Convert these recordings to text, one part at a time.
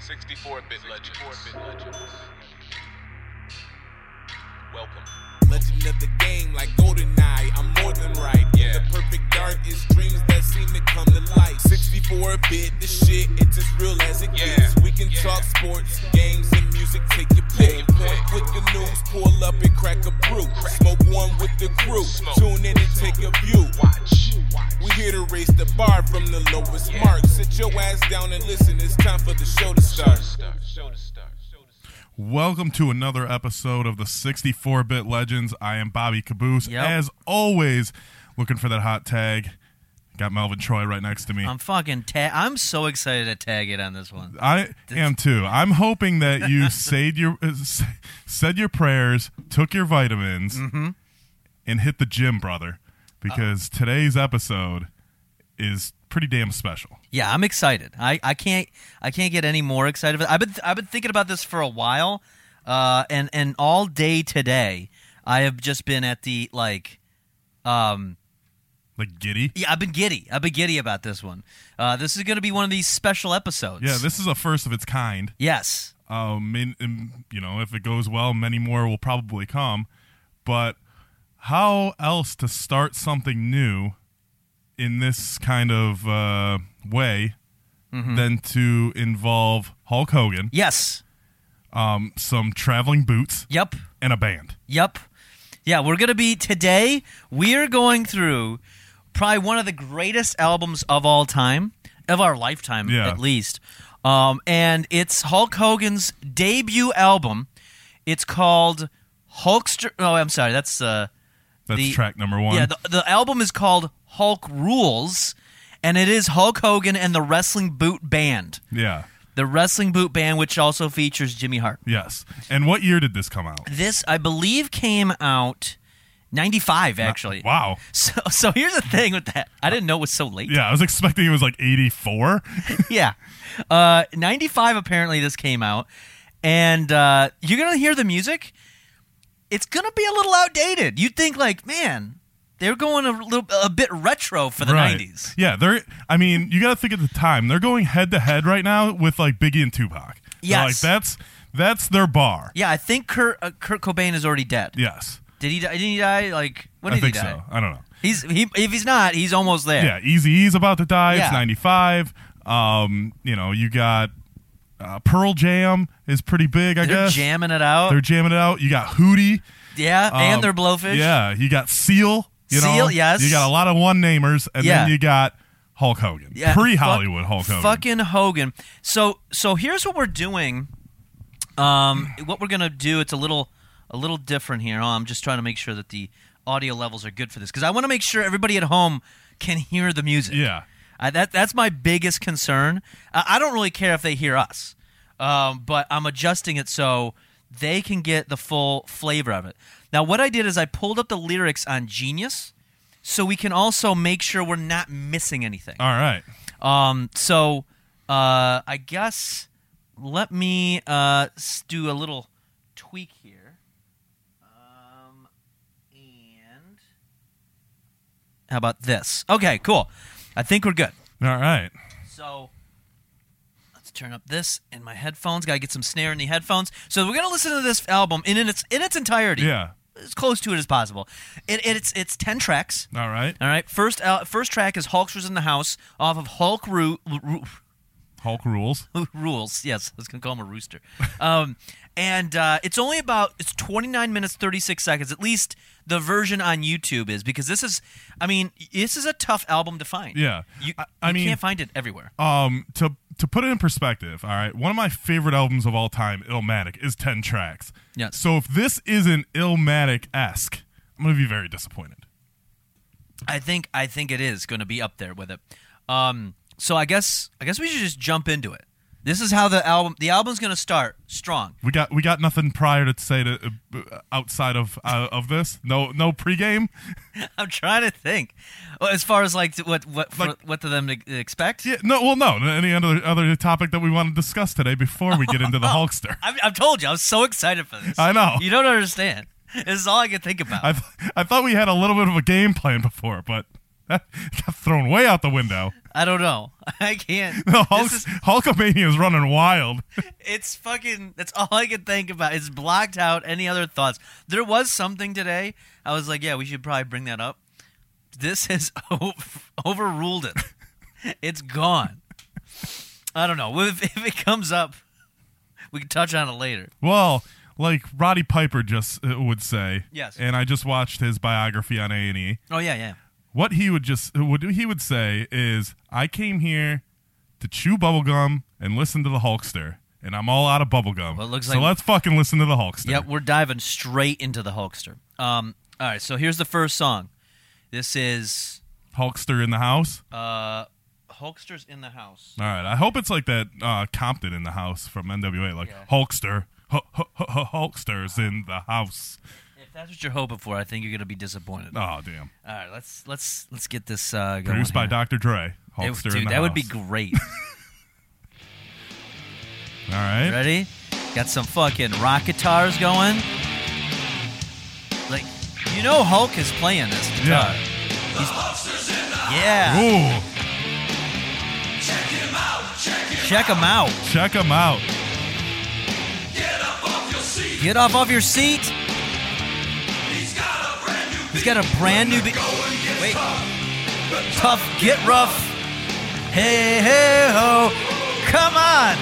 64-bit legends. Welcome. Legend of the game, like GoldenEye, I'm more than right. Yeah. The perfect dark is dreams that seem to come to life. 64 bit, the shit, it's as real as it Yeah. gets. We can Yeah. talk sports, games, and music, take your pick. Take your Point, pick. click the news, pull up and crack a brew. Smoke one with the crew, Smoke. tune in and take a view. Watch. Watch. We here to raise the bar from the lowest Yeah. mark. Sit your ass down and listen, it's time for the show to start. Start. Show the start. Show the start. Welcome to another episode of the 64 Bit Legends. I am Bobby Caboose. Yep. As always, looking for that hot tag. Got Melvin Troy right next to me. I'm fucking tag. I'm so excited to tag it on this one. I am too. I'm hoping that you said your uh, said your prayers, took your vitamins, Mm-hmm. and hit the gym, brother, because Uh, today's episode is pretty damn special. Yeah, I'm excited. I, I can't I can't get any more excited. I've been I've been thinking about this for a while, uh, and and all day today I have just been at the like, um, Like giddy. yeah, I've been giddy. I've been giddy about this one. Uh, this is going to be one of these special episodes. Yeah, this is a first of its kind. Yes. Um, and, and, you know, if it goes well, many more will probably come. But how else to start something new in this kind of uh, way Mm-hmm. than to involve Hulk Hogan, Yes. um, some traveling boots, Yep. and a band? Yep. Yeah, we're going to be today. We're going through probably one of the greatest albums of all time, of our lifetime Yeah. at least. Um, and it's Hulk Hogan's debut album. It's called Hulkster. Oh, I'm sorry. That's uh, That's The- track number one. yeah. The, the album is called Hulk Rules, and it is Hulk Hogan and the Wrestling Boot Band. yeah. The Wrestling Boot Band, which also features Jimmy Hart. Yes. And what year did this come out? This, I believe, came out '95. Actually, Wow. So, so here's the thing with that. I didn't know it was so late. Yeah, I was expecting it was like 84. Yeah. Uh, 95, apparently, this came out. And uh, you're going to hear the music. It's going to be a little outdated. You'd think, like, man, they're going a little a bit retro for the right. 90s. Yeah, they're. I mean, you got to think at the time they're going head to head right now with like Biggie and Tupac. Yeah, like Yes. that's that's their bar. Yeah, I think Kurt, uh, Kurt Cobain is already dead. Yes, Did he? die- Didn't he die? Like when I did think he die? so. I don't know. He's he, if he's not, he's almost there. Yeah, Easy E's about to die. Yeah. It's ninety five. Um, you know, you got uh, Pearl Jam is pretty big. I they're guess jamming it out. they're jamming it out. You got Hootie yeah, um, and they're blowfish. Yeah, you got Seal. You know, Seal, yes. You got a lot of one namers, and Yeah. then you got Hulk Hogan. Yeah, Pre fuck- Hollywood Hulk Hogan. Fucking Hogan. So so here's what we're doing. Um, what we're gonna do? It's a little a little different here. Oh, I'm just trying to make sure that the audio levels are good for this because I want to make sure everybody at home can hear the music. Yeah. I, that that's my biggest concern. I, I don't really care if they hear us, um, but I'm adjusting it so they can get the full flavor of it. Now, what I did is I pulled up the lyrics on Genius, so we can also make sure we're not missing anything. All right. Um, so uh, I guess let me uh, s- do a little tweak here. Um, and how about this? Okay, cool. I think we're good. All right. So let's turn up this in my headphones. Got to get some snare in the headphones. So we're gonna listen to this album in, in its in its entirety. Yeah. as close to it as possible. It, it's it's ten tracks. All right. All right. First, uh, first track is Hulkster's in the House off of Hulk Ru- Ru- Hulk rules. Rules. Yes, I was gonna call him a rooster. Um, and uh, it's only about it's 29 minutes 36 seconds. At least the version on YouTube is because this is, I mean, this is a tough album to find. Yeah. you, I- I you mean- can't find it everywhere. Um, to to put it in perspective, all right, one of my favorite albums of all time, Illmatic, is ten tracks. Yes. So if this isn't Illmatic esque, I'm gonna be very disappointed. I think I think it is going to be up there with it. Um, so I guess I guess we should just jump into it. This is how the album the album's going to start strong. We got we got nothing prior to say to uh, outside of uh, of this. No no pregame. I'm trying to think well, as far as like what what for, Like- what do them to expect. Yeah, no. Well, no. Any other other topic that we want to discuss today before we get into the Hulkster? I've, I've told you I was so excited for this. I know. you don't understand. This is all I could think about. I th- I thought we had a little bit of a game plan before, but that got thrown way out the window. I don't know. I can't. The This Hulk, is, Hulkamania is running wild. it's fucking. That's all I could think about. It's blocked out any other thoughts. There was something today. I was like, yeah, we should probably bring that up. This has o- overruled it. It's gone. I don't know. If, if it comes up, we can touch on it later. Well, like Roddy Piper just uh, would say. Yes. And I just watched his biography on A and E. Oh yeah, yeah. What he would just what he would say is, "I came here to chew bubblegum and listen to the Hulkster, and I'm all out of bubblegum. Well, it looks so like- let's fucking listen to the Hulkster." Yep, we're diving straight into the Hulkster. Um, all right, so here's the first song. This is Hulkster in the house. uh, Hulkster's in the house. All right. I hope it's like that uh, Compton in the house from NWA, like Yeah. Hulkster. Hu- hu- hu- hu- Hulksters in the house. If that's what you're hoping for, I think you're gonna be disappointed. Oh damn! All right, let's let's let's get this uh, going. Produced by here. Dr. Dre. It- Hulkster dude, in the that house. would be great. All right. Ready? Got some fucking rock guitars going. Like, you know, Hulk is playing this guitar. Yeah. Yeah, Ooh, check him out. check them out. Get up off your seat. He's got a brand new beat. Wait. Tough, get rough. Hey, hey, ho. Come on.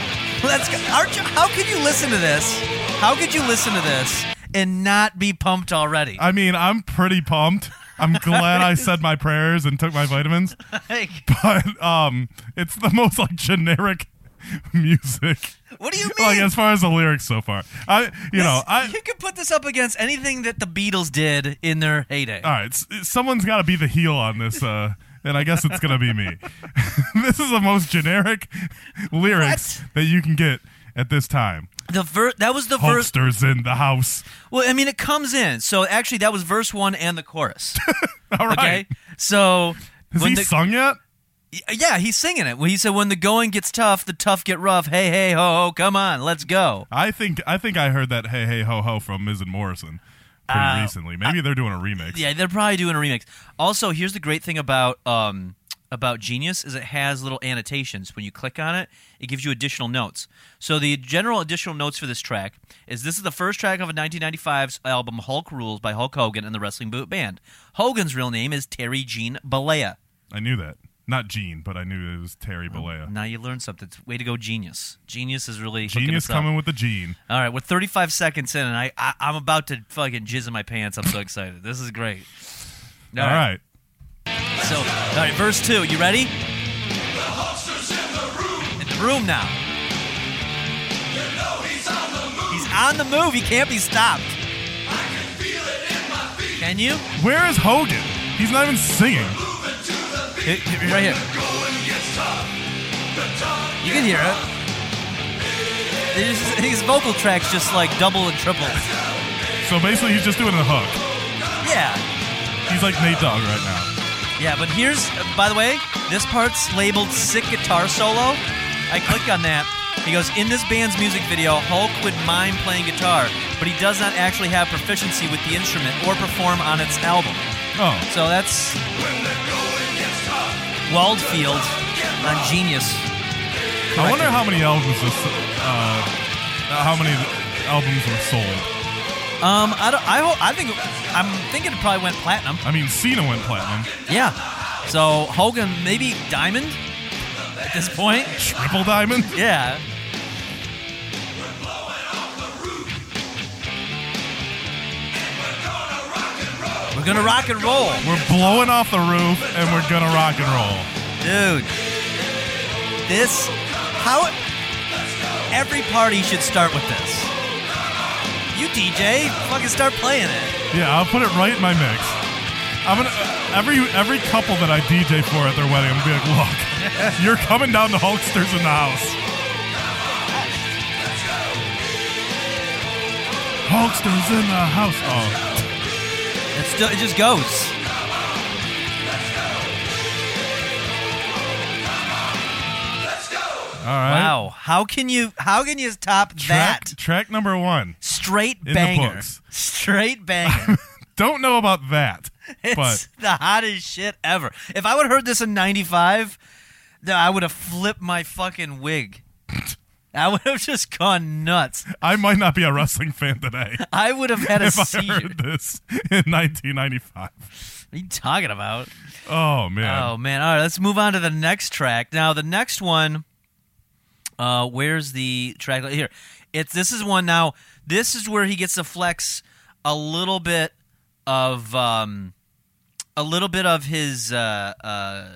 Let's go. Aren't you, how could you listen to this? How could you listen to this and not be pumped already? I mean, I'm pretty pumped. I'm glad I said my prayers and took my vitamins, Like, but um, it's the most like generic music. what do you mean? Like as far as the lyrics so far, I you know This- I you can put this up against anything that the Beatles did in their heyday. all right. s- Someone's got to be the heel on this, uh, and I guess it's gonna be me. this is the most generic lyrics that you can get at this time. the ver- that was the first. Hulksters in the house. Well, I mean, it comes in. So actually, that was verse one and the chorus. All right. Okay, so Has when he the, sung yet? yeah, he's singing it. When he said, "When the going gets tough, the tough get rough. Hey, hey, ho, ho, come on, let's go." I think I think I heard that "Hey Hey Ho Ho" from Miz and Morrison pretty Uh, recently. Maybe they're doing a remix. Yeah, they're probably doing a remix. Also, here's the great thing about um, about Genius is it has little annotations. When you click on it, it gives you additional notes. So the general additional notes for this track is this is the first track of a 1995's album Hulk Rules by Hulk Hogan and the Wrestling Boot Band. Hogan's real name is Terry Jean Balea. I knew that. Not Gene, but I knew it was Terry Bollea. Now you learned something. Way to go, Genius! Genius is really hooking Genius us up. coming with the Gene. All right, we're 35 seconds in, and I, I I'm about to fucking jizz in my pants. I'm so excited. This is great. All right. So, all right, verse two. You ready? in the room. now. he's on the move. He can't be stopped. Can you? Where is Hogan? He's not even singing. Here- here- Right here. You can hear it. It's just- His vocal tracks just like double and triple. So basically, he's just doing a hook. Yeah. He's like Nate Dogg right now. Yeah, but here's, by the way, this part's labeled Sick Guitar Solo. I click on that. He goes, In this band's music video, Hulk would mime playing guitar, but he does not actually have proficiency with the instrument or perform on its album. Oh, So that's. Waldfield on Genius. I wonder how many albums this, uh, how many albums were sold. Um, I, don't, I, ho- I think, I'm thinking it probably went platinum. I mean, Cena went platinum. Yeah. So Hogan, maybe Diamond at this point. Triple Diamond. Yeah. We're gonna rock and roll, We're blowing off the roof, and we're gonna rock and roll. dude. This, how every party should start with this. You DJ, fucking start playing it. Yeah, I'll put it right in my mix. I'm gonna every every couple that I DJ for at their wedding, I'm gonna be like, look, you're coming down to Hulksters in the house. Hulksters in the house. Oh, It's still, it just goes. all right. Wow, how can you how can you top Track, that? track number one. Straight the banger, books. straight banger. Don't know about that. It's But- the hottest shit ever. If I would have heard this in '95, th- I would have flipped my fucking wig. I would have just gone nuts. I might not be a wrestling fan today I would have had a if I seizure. heard this in 1995. What are you talking about? Oh man, Oh man! All right, let's move on to the next track. Now, the next one. Uh, where's the track li- here? It's this is one now. This is where he gets to flex a little bit of um, a little bit of his uh, uh,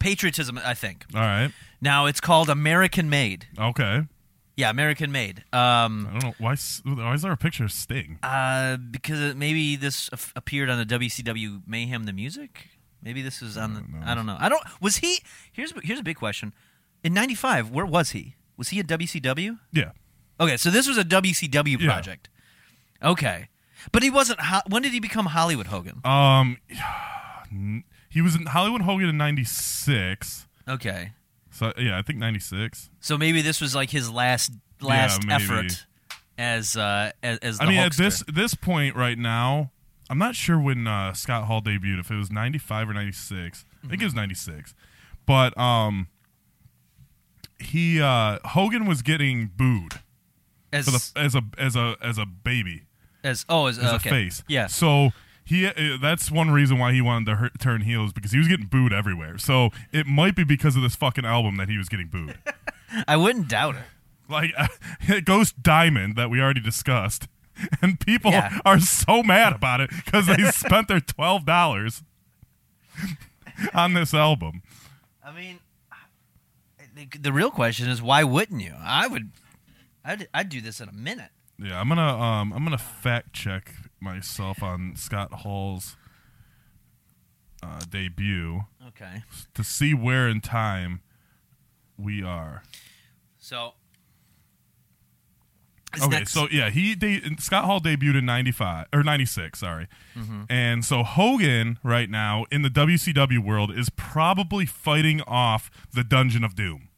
patriotism. I think. all right, Now it's called American Made. okay. Yeah, American Made. Um, I don't know why. s- Why is there a picture of Sting? uh, because it- maybe this af- appeared on the WCW Mayhem the Music. Maybe this was on the. I don't know. I don't. Was he? Here's here's a big question. In '95, where was he? Was he at WCW? Yeah, Okay, so this was a WCW Yeah. project. Okay, but he wasn't. Ho- when did he become Hollywood Hogan? Um, he was in Hollywood Hogan in '96. Okay, So yeah, I think '96. so maybe this was like his last last maybe. effort as uh as, as the I mean, at Hulkster. this this point right now, I'm not sure when uh, Scott Hall debuted. If it was '95 or '96, I think it was Mm-hmm. '96. But um, he uh, Hogan was getting booed as, for the, as a as a as a baby. as oh as, as okay. a face. Yeah. So he uh, that's one reason why he wanted to hurt, turn heels because he was getting booed everywhere. So it might be because of this fucking album that he was getting booed. I wouldn't doubt it. like uh, it goes diamond that we already discussed, and people Yeah. are so mad about it because they spent their twelve dollars on this album. I mean, the, the real question is why wouldn't you? I would, I'd, I'd do this in a minute. Yeah, I'm gonna um I'm gonna fact check myself on Scott Hall's uh, debut Okay. to see where in time we are. So. this Okay, next- so yeah, he de- Scott Hall debuted in '95 or '96, sorry, Mm-hmm. and so Hogan right now in the WCW world is probably fighting off the Dungeon of Doom.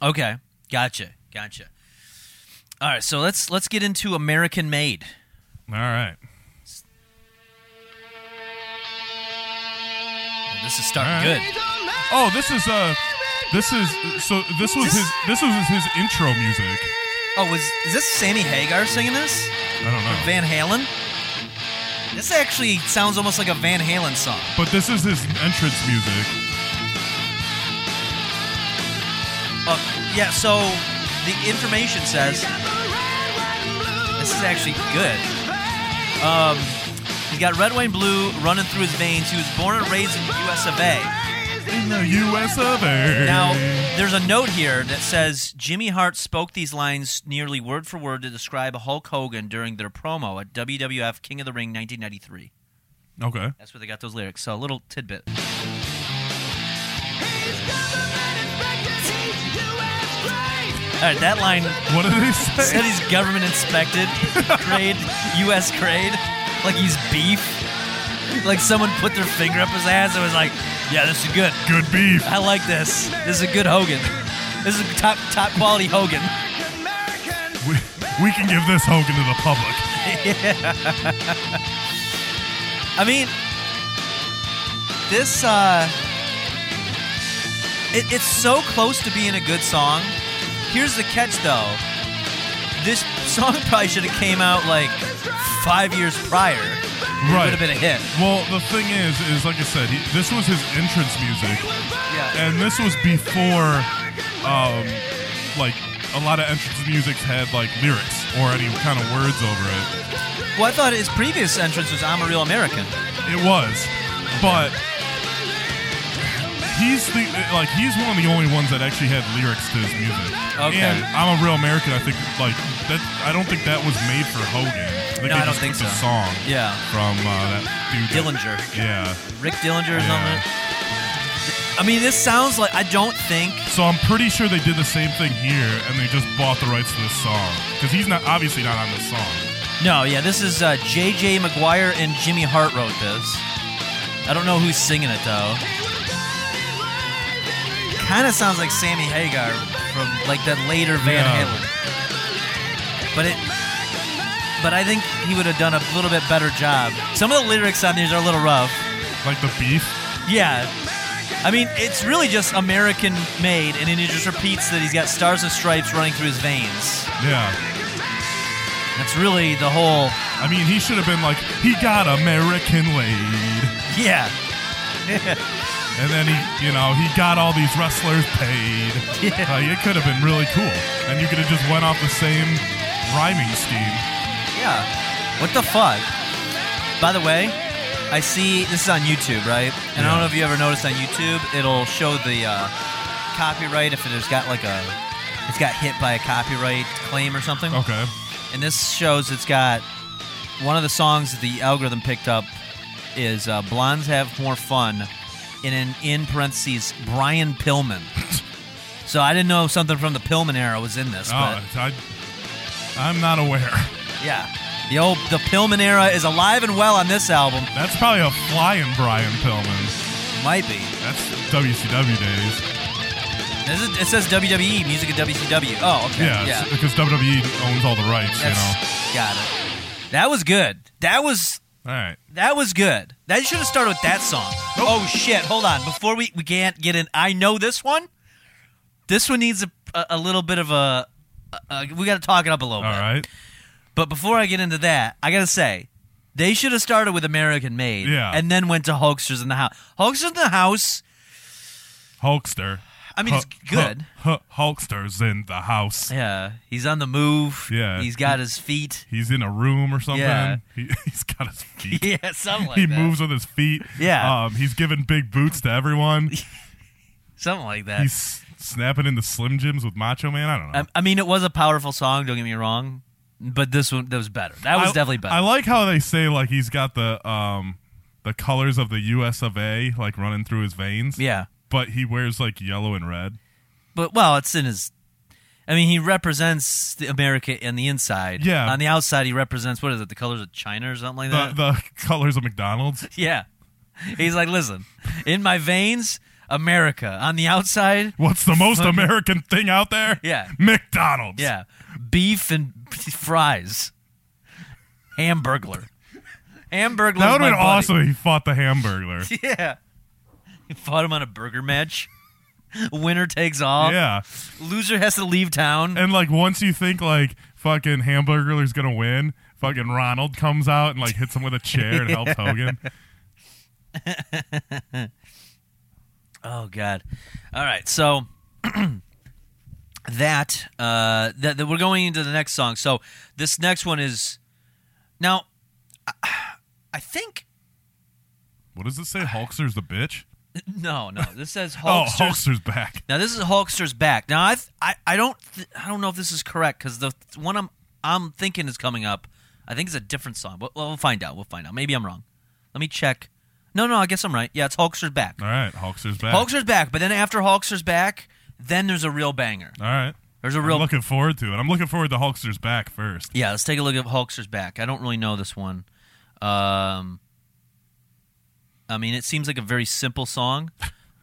okay, gotcha, gotcha. All right, so let's let's get into American Made. All right, Oh, this is starting All right. good. oh this is uh, this is so this was his this was his intro music. Oh, was is this Sammy Hagar singing this? I don't know, Van Halen. This actually sounds almost like a Van Halen song. but this is his entrance music. Uh, yeah, so the information says this is actually good. Um, he's got red, white, and blue running through his veins. He was born and raised in the U.S. of A. In the U.S. of A. Now, there's a note here that says Jimmy Hart spoke these lines nearly word for word to describe Hulk Hogan during their promo at WWF King of the Ring 1993. okay, That's where they got those lyrics. So a little tidbit. All right, that line what did he say? said he's government inspected, grade, U.S. grade, like he's beef. Like someone put their finger up his ass and was like, "Yeah, this is good. Good beef. I like this. This is a good Hogan. This is top top quality Hogan." We, we can give this Hogan to the public. I mean, this uh, it, it's so close to being a good song. Here's the catch, though. This song probably should have came out like five years prior. It Right. would have been a hit. Well, the thing is, is like I said, he, this was his entrance music, Yeah. and this was before, um, like a lot of entrance music had like lyrics or any kind of words over it. Well, I thought his previous entrance was "I'm a Real American." It was, but he's the like he's one of the only ones that actually had lyrics to his music. Okay. And I'm a real American. I think like that. I don't think that was made for Hogan. I think No, they I don't just think took the so. song Yeah. from uh, that dude. that- Dillinger. Yeah. Rick Dillinger or Yeah. something. I mean, this sounds like I don't think So I'm pretty sure they did the same thing here, and they just bought the rights to this song because he's not obviously not on this song. No, yeah, this is uh, J.J. McGuire and Jimmy Hart wrote this. I don't know who's singing it though. Kind of sounds like Sammy Hagar from like that later Van Yeah. Halen, but it but I think he would have done a little bit better job. Some of the lyrics on these are a little rough. Like the beef. Yeah. I mean, it's really just American made, and then he just repeats that he's got stars and stripes running through his veins. Yeah. That's really the whole. I mean, he should have been like, he got American laid. Yeah. And then he, you know, he got all these wrestlers paid. Yeah. Like, it could have been really cool. And you could have just went off the same rhyming scheme. Yeah. What the fuck? By the way, I see this is on YouTube, right? And I don't know if you ever noticed on YouTube, it'll show the uh, copyright if it's got like a, it's got hit by a copyright claim or something. Okay. And this shows it's got one of the songs that the algorithm picked up is uh, "Blondes Have More Fun," and in in parentheses Brian Pillman. so I didn't know something from the Pillman era was in this, Oh, I, I'm not aware. but yeah, the old the Pillman era is alive and well on this album. That's probably a flying Brian Pillman. Might be. That's WCW days. This is- it says WWE music at WCW. Oh, okay, Yeah, yeah. it's- because WWE owns all the rights, you know. That's- got it. That was good. That was All right. That was good. That you should have started with that song. Oh shit! Hold on. Before we we can't get in. I know this one. This one needs a a, a little bit of a. Uh, we got to talk it up a little All bit. right. But before I get into that, I gotta say, they should have started with American Made. Yeah. And then went to Hulksters in the House. Hulksters in the House. Hulkster. I mean, it's Hu- hu- good. hu- Hulkster's in the house. Yeah. He's on the move. Yeah. He's got his feet. He's in a room or something. Yeah. He, he's got his feet. Yeah. Something like he that. moves with his feet. Yeah. Um, he's giving big boots to everyone. Something like that. He's snapping into Slim Jims with Macho Man. I don't know. I, I mean, it was a powerful song. Don't get me wrong. But this one, that was better. That was I- definitely better. I like how they say like he's got the um the colors of the US of A like running through his veins. yeah. But he wears like yellow and red. But well, it's in his. I mean, he represents the America on the inside. Yeah. On the outside, he represents what is it? The colors of China or something like The the that. colors of McDonald's. yeah. He's like, listen, in my veins, America. On the outside, What's the most American thing out there? Yeah. McDonald's. yeah, beef and fries. Hamburglar. Hamburglar. That would my have been buddy. awesome if he fought the hamburglar. Yeah. He fought him on a burger match. Winner takes all. yeah. Loser has to leave town. And like once you think like fucking hamburglar's gonna win, fucking Ronald comes out and like hits him with a chair and helps Hogan. Oh God! All right, so that uh, that that we're going into the next song. So this next one is now. I, I think What does it say? Hulkster's the bitch? no, no. This says Oh, Hulkster's. Hulkster's back. Now this is Hulkster's back. Now I th- I, I don't th- I don't know if this is correct because the th- one I'm I'm thinking is coming up. I think it's a different song, but well, we'll find out. We'll find out. Maybe I'm wrong. Let me check. No, no, I guess I'm right. Yeah, it's Hulkster's back. All right, Hulkster's back. Hulkster's back, but then after Hulkster's back, then there's a real banger. All right. There's a I'm real looking forward to it. I'm looking forward to Hulkster's back first. Yeah, let's take a look at Hulkster's back. I don't really know this one. Um, I mean, it seems like a very simple song.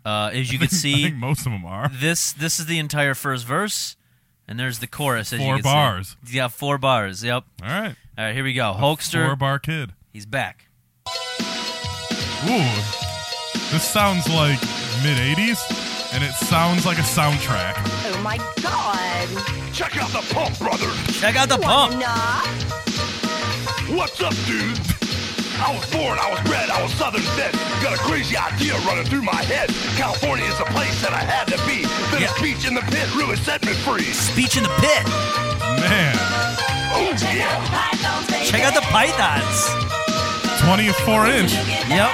Uh, as you can I think see, most of them are. this this is the entire first verse, and there's the chorus. As you Four can see. bars. Yeah, four bars. Yep. All right. All right, here we go. Four Hulkster, bar kid. he's back. Ooh. This sounds like mid 80s, and it sounds like a soundtrack. Oh my god. Check out the pump, brother. Check out the Wanna pump. knock? What's up, dude? I was born, I was bred, I was southern bent. Got a crazy idea running through my head. California is the place that I had to be. Then Yeah. a speech in the pit really set me free. Speech in the pit. Man, Oh, yeah. Check out the pythons. 24 inch. Yep.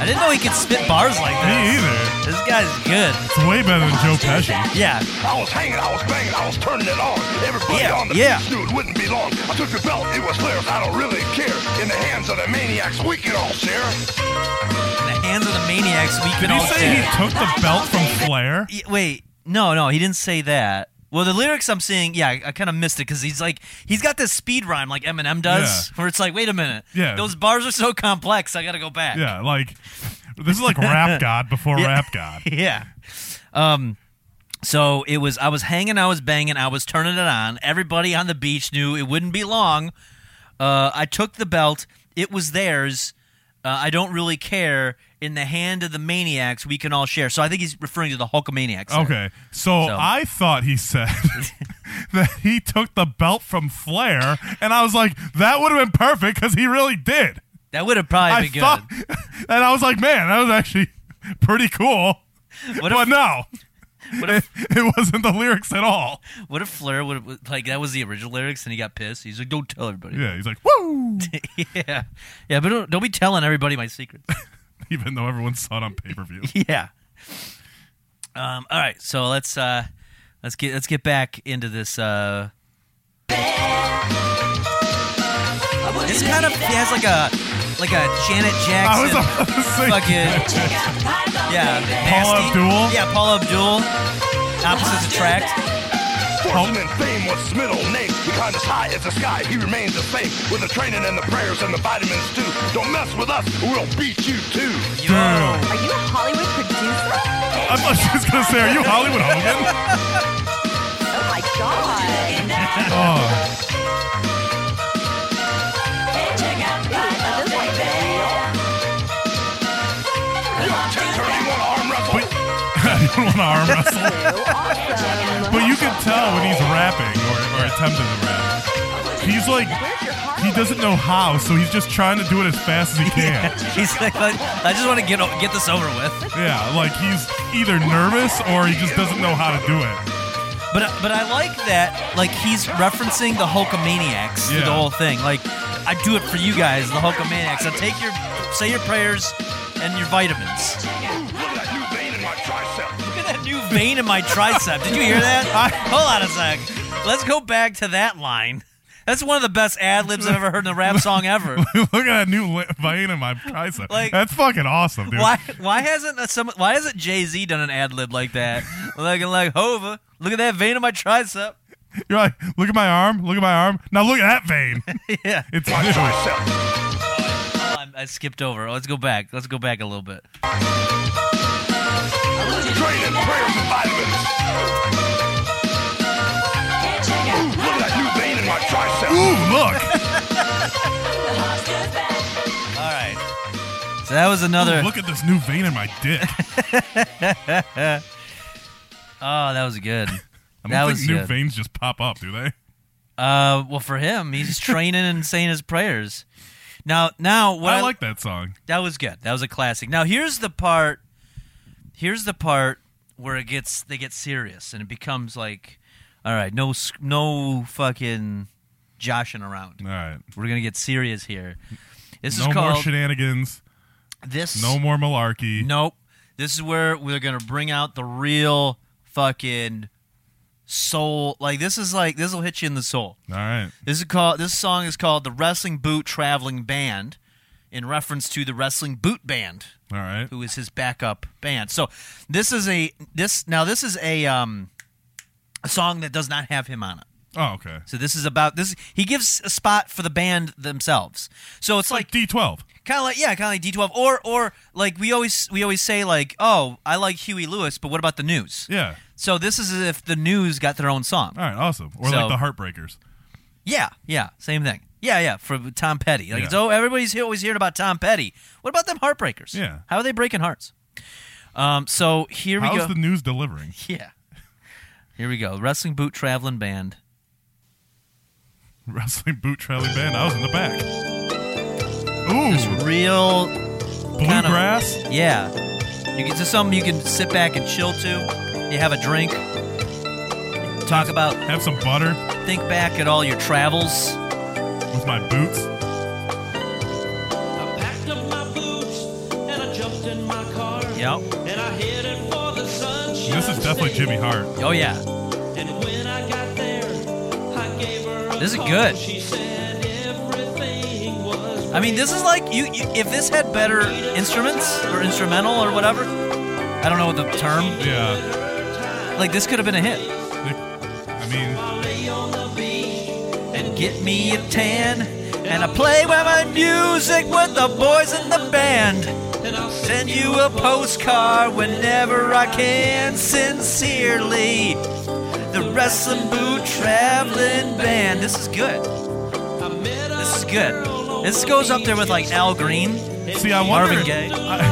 I didn't know he could spit bars like Me that. either. This guy's good. It's way better than Joe Pesci. Yeah. I was hanging, I was banging, I was turning it on. Everybody Yeah, on the yeah. beach knew it wouldn't be long. I took the belt, it was theirs, I don't really care. In the hands of the maniacs, we can all share. In the hands of the maniacs, we can Did he all say share. he took the belt from Flair? Y- wait no no he didn't say that well the lyrics i'm seeing yeah i, kind of missed it because he's like he's got this speed rhyme like eminem does Yeah. where it's like wait a minute Yeah. those bars are so complex i gotta go back Yeah, like this is like Rap God before Rap God. yeah um So it was I was hanging, I was banging, I was turning it on. Everybody on the beach knew it wouldn't be long. Uh, I took the belt. It was theirs. Uh, I don't really care. In the hand of the maniacs, we can all share. So I think he's referring to the Hulkamaniacs. there. Okay, so, So- I thought he said that he took the belt from Flair, and I was like, that would have been perfect because he really did. That would have probably I been good. thought, and I was like, man, that was actually pretty cool. What but if, no, what, if, it wasn't the lyrics at all. what if Flair would have, like, that was the original lyrics and he got pissed? He's like, don't tell everybody. Yeah, he's like, woo, yeah. Yeah, but don't, don't be telling everybody my secrets. even though everyone saw it on pay per view. yeah. Um, all right, so let's uh, let's get let's get back into this. Uh, this kind of it has like a like a Janet I was Jackson about to say, fucking yeah Paul nasty- Abdul? yeah Paul Abdul opposites attract Fortune and fame was his middle name. He climbed as high as the sky. He remains the same with the training and the prayers and the vitamins too. Don't mess with us, or we'll beat you too. yo Are you a Hollywood producer? I thought she was gonna say, are you Hollywood Hogan? Oh my god. Oh, Are those like real? You're a tester, you wanna arm wrestle? but you don't want to arm wrestle. Awesome. But you can tell when he's rapping or, or attempting to rap. He's like, Where's your heart? he doesn't know how, so he's just trying to do it as fast as he can. he's like, like I just want to get o- get this over with Yeah, like he's either nervous or he just doesn't know how to do it. but but I like that like he's referencing the Hulkamaniacs through Yeah. the whole thing like I do it for you guys the Hulkamaniacs I take your say your prayers and your vitamins Ooh, look at that new vein in my tricep. Look at that new vein in my tricep. Did you hear that? Hold on a sec. Let's go back to that line. That's one of the best ad libs I've ever heard in a rap song ever. Look at that new li- vein in my tricep. Like- That's fucking awesome, dude. Why? Why hasn't a- some? Why hasn't Jay Z done an ad lib like that? Looking like Hova. Look at that vein in my tricep. You're like, look at my arm, look at my arm. Now look at that vein. yeah. It's My new. tricep. Oh, I, I skipped over. Let's go back. Let's go back a little bit. Training, prayers, and vitamins. Ooh, look at that new vein in my tricep. Ooh, look. All right. So that was another. Look at this new vein in my dick. Oh, that was good. I That don't was think new good. veins just pop up, do they? Uh, well, for him, he's training and saying his prayers. Now, now, what I like that song. That was good. That was a classic. Now here's the part. Here's the part where it gets they get serious and it becomes like, all right, no, s- no fucking joshing around. All right. We're gonna get serious here. This No is more called shenanigans. this. No more malarkey. Nope. This is where we're gonna bring out the real fucking soul. Like this is like this will hit you in the soul. All right. This is called. This song is called the Wrestling Boot Traveling Band, in reference to the Wrestling Boot Band All right. who is his backup band. So this is a this now this is a um a song that does not have him on it. Oh, okay. So this is about this he gives a spot for the band themselves. So it's like D12. kind of like yeah, kind of like D12 or or like we always we always say like, "Oh, I like Huey Lewis, but what about the News?" Yeah. So this is as if the News got their own song. All right. Awesome. Or So- like the Heartbreakers. Yeah, yeah, same thing. Yeah, yeah, for Tom Petty. Like, Yeah. it's, oh, everybody's here, always hearing about Tom Petty. What about them heartbreakers? Yeah. How are they breaking hearts? Um, so here we How's go. the news delivering? Yeah. Here we go. Wrestling boot traveling band. Wrestling boot trailing band. I was in the back. Ooh, Real kind of bluegrass. Yeah. You get to something you can sit back and chill to. You have a drink. Talk about Have some butter think back at all your travels. with my boots. I packed up my boots and I jumped in my car. Yep. And I headed for the sunshine. This is definitely State. Jimmy Hart. Oh yeah. And when I got there, I gave her a This is call. good. She said everything was I mean this is like you, you if this had better instruments or instrumental or whatever. I don't know what the term. Yeah. Like this could have been a hit. I mean, And get me a tan and I play with my music with the boys in the band. and I'll Send you a postcard whenever I can, sincerely. The Wrestling Boot Traveling Band. This is good. This is good. This goes up there with like Al Green. See, I wonder. Marvin Gaye. I,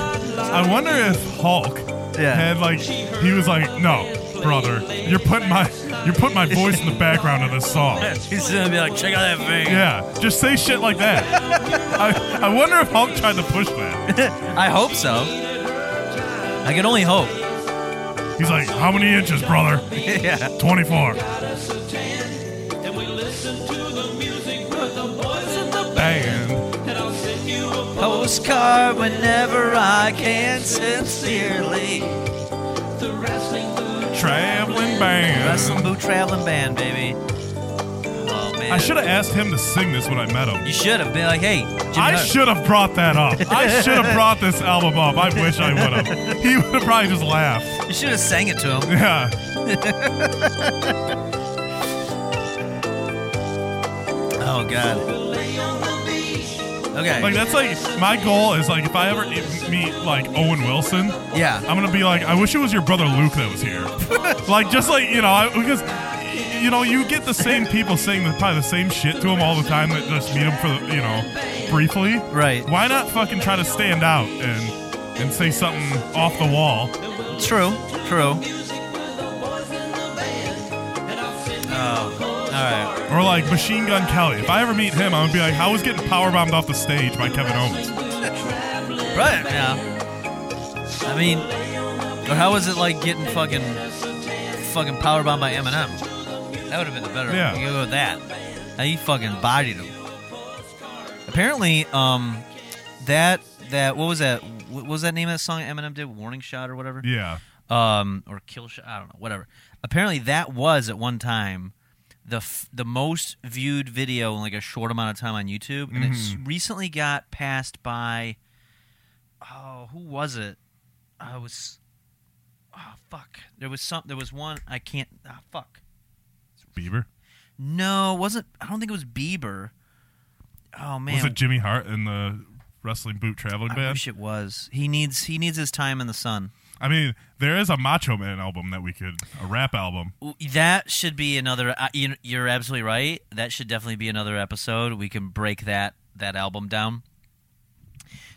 I wonder if Hulk Yeah. had like he was like, no, brother, you're putting my you're putting my voice in the background of this song. He's gonna be like, check out that thing. Yeah, just say shit like that. I, I wonder if Hulk tried to push that. I hope so. I can only hope. He's like, how many inches, brother? yeah. 24. and we listen to the music with the boys in the Bang. band. And I'll send you a Postcard whenever I can, sincerely. the wrestling boot. Traveling band. Wrestling Boot Traveling Band, baby. Oh man. I should have asked him to sing this when I met him. You should have been like, hey, Jimmy I Hart. should have brought that up. I should have brought this album up. I wish I would have. He would have probably just laughed. You should have sang it to him. Yeah. Oh god. Okay. Like that's like my goal is like if I ever e- meet like Owen Wilson, yeah. I'm gonna be like, I wish it was your brother Luke that was here. like just like you know, I, because y- you know you get the same people saying the, probably the same shit to him all the time that just meet him for the, you know briefly. Right. Why not fucking try to stand out and and say something off the wall? True. True. Oh. All right. Or like Machine Gun Kelly. If I ever meet him, I'm gonna be like, I was getting powerbombed off the stage by Kevin Owens. Right. Yeah. I mean, or how was it like getting fucking fucking powerbombed by Eminem? That would have been the better. Yeah. You go with that. Now he fucking bodied him. Apparently, um, that that what was that? What was that name of that song Eminem did? Warning shot or whatever. Yeah. um, or kill shot. I don't know, whatever. Apparently, that was at one time the f- the most viewed video in like a short amount of time on YouTube, and it's Mm-hmm. recently got passed by. Oh, who was it? I was. Oh fuck! There was some. There was one. I can't. Ah, fuck. Bieber. No, it wasn't. I don't think it was Bieber. Oh man, Was it Jimmy Hart and the Wrestling Boot Traveling I Band? wish it was. He needs. He needs his time in the sun. I mean, there is a Macho Man album that we could, a rap album. That should be another. Uh, you, you're absolutely right. That should definitely be another episode. We can break that that album down.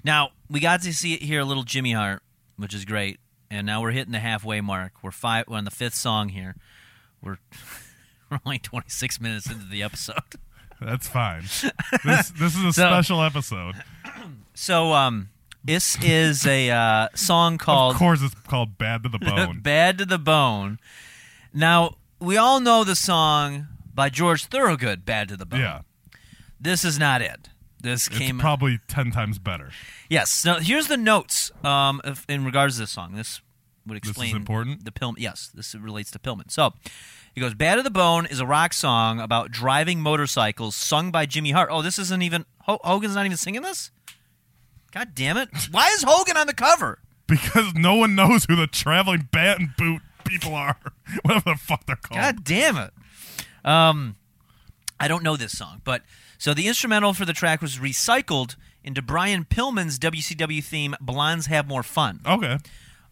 Now we got to see it here, a little Jimmy Hart, which is great. And now we're hitting the halfway mark. We're five. We're on the fifth song here. We're we're only 26 minutes into the episode. That's fine. This this is a special episode. So um, this is a uh, song called Of course, it's called "Bad to the Bone." Bad to the Bone. Now, we all know the song by George Thorogood, Bad to the Bone. yeah, This is not it. This it's came probably ten times better. Yes. Now, here's the notes um, if, in regards to this song. This would is explain important? the Pillman. Yes, this relates to Pillman. So he goes, "Bad to the Bone" is a rock song about driving motorcycles, sung by Jimmy Hart. Oh, this isn't even Ho- Hogan's not even singing this. God damn it! Why is Hogan on the cover? Because no one knows who the traveling bat and boot people are, whatever the fuck they're called. God damn it. Um, I don't know this song, but so the instrumental for the track was recycled into Brian Pillman's WCW theme "Blondes Have More Fun," Okay,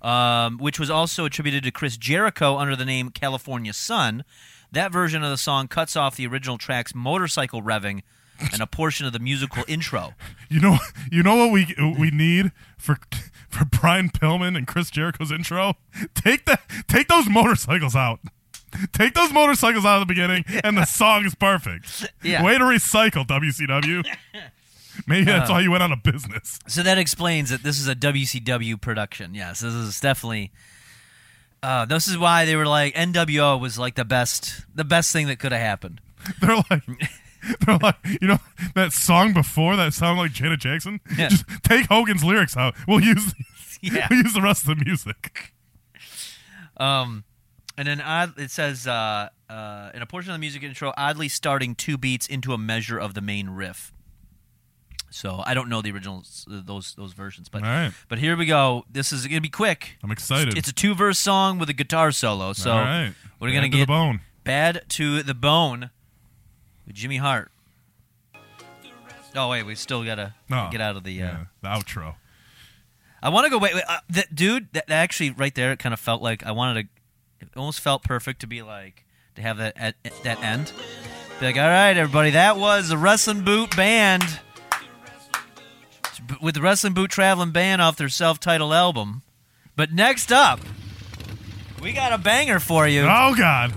um, which was also attributed to Chris Jericho under the name California Sun. That version of the song cuts off the original track's motorcycle revving and a portion of the musical intro. you know you know what we we need for for Brian Pillman and Chris Jericho's intro. Take the take those motorcycles out. Take those motorcycles out of the beginning, and the song is perfect. Yeah. Way to recycle WCW. Maybe Uh. that's why you went out of business. So that explains that this is a WCW production. Yes, this is definitely. Uh, this is why they were like NWO was like the best, the best thing that could have happened. They're like, they're like, you know, that song before that sounded like Janet Jackson. Yeah. Just take Hogan's lyrics out. We'll use, Yeah. we'll use the rest of the music. Um, and then odd, it says uh, uh, in a portion of the music intro, oddly starting two beats into a measure of the main riff. So I don't know the original those those versions, but All right. but here we go. This is gonna be quick. I'm excited. It's a two verse song with a guitar solo. So All right. we're gonna Back to the get bone. bad to the bone with Jimmy Hart. Oh wait, we still gotta No. Oh, get out of the. Uh, Yeah, the outro. I want to go. Wait, wait uh, that dude. That, that actually, right there, it kind of felt like I wanted to. It almost felt perfect to be like to have that at, at that end. Be like, all right, everybody, that was the Wrestling Boot Band with the Wrestling Boot Traveling Band off their self-titled album. But next up, we got a banger for you Oh God.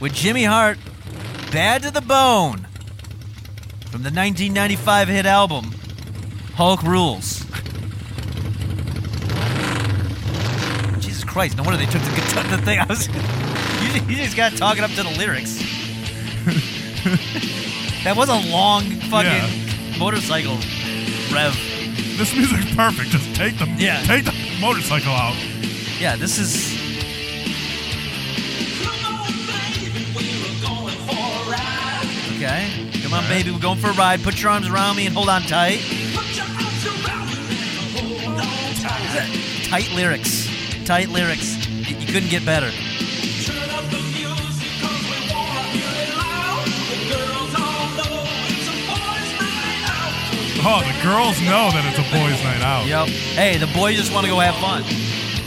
with Jimmy Hart, Bad to the Bone, from the 1995 hit album Hulk Rules. Jesus Christ, no wonder they took the guitar, the thing. I was, you, you just got talking up to the lyrics. that was a long fucking motorcycle rev. This music's perfect. Just take the Yeah. take the motorcycle out. Yeah, this is okay. Come on, baby, we're going for a ride. Put your arms around me and hold on tight. Tight lyrics. Tight lyrics. You you couldn't get better. Oh, the girls know that it's a boys' night out. Yep. Hey, the boys just want to go have fun.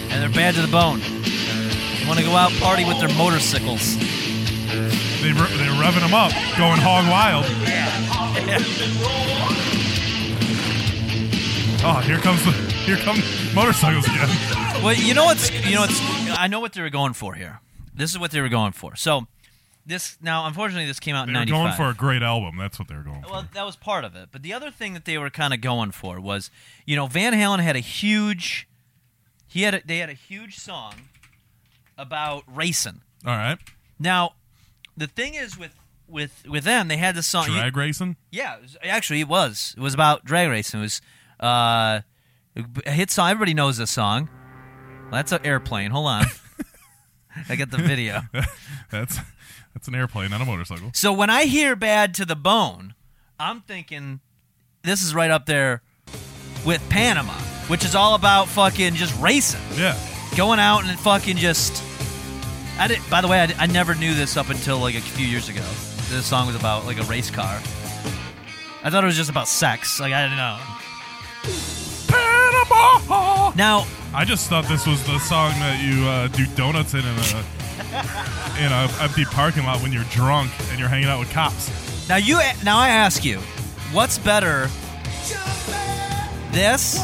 And they're bad to the bone. They want to go out party with their motorcycles. They re- they're revving them up, going hog wild. Oh, here comes the here come motorcycles again. Well, you know what's you know what's I know what they were going for here. This is what they were going for. So this now unfortunately this came out in They're ninety going five. for a great album. That's what they're going for. Well, that was part of it. But the other thing that they were kind of going for was, you know, Van Halen had a huge, he had a, they had a huge song about racing. All right, Now, the thing is with with with them, they had this song. oh, you- drag racing. yeah, it was- actually, it was. It was about drag racing. It was uh, a hit song. Everybody knows this song. Well, that's an airplane. Hold on, I got the video. That's that's an airplane, not a motorcycle. So when I hear "Bad to the Bone," I'm thinking this is right up there with Panama, which is all about fucking just racing, Yeah, going out and fucking just. I did. By the way, I, di- I never knew this up until like a few years ago. This song was about like a race car. I thought it was just about sex. Like I didn't know. Panama. Now, I just thought this was the song that you uh, do donuts in in a in a empty parking lot when you're drunk and you're hanging out with cops. now you. a- Now I ask you, what's better, this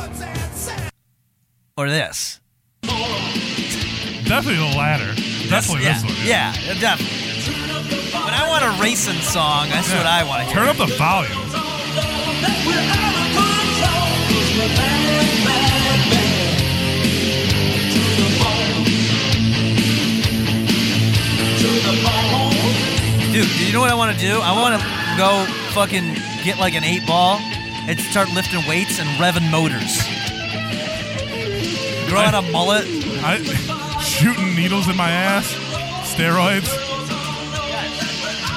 or this? Definitely the latter. Definitely yeah. this one. Yeah, definitely. When I want a racing song, that's what I want to hear. Turn up the volume. Dude, you know what I want to do? I want to go fucking get like an eight ball and start lifting weights and revving motors. Grow out a mullet. I, shooting needles in my ass, steroids,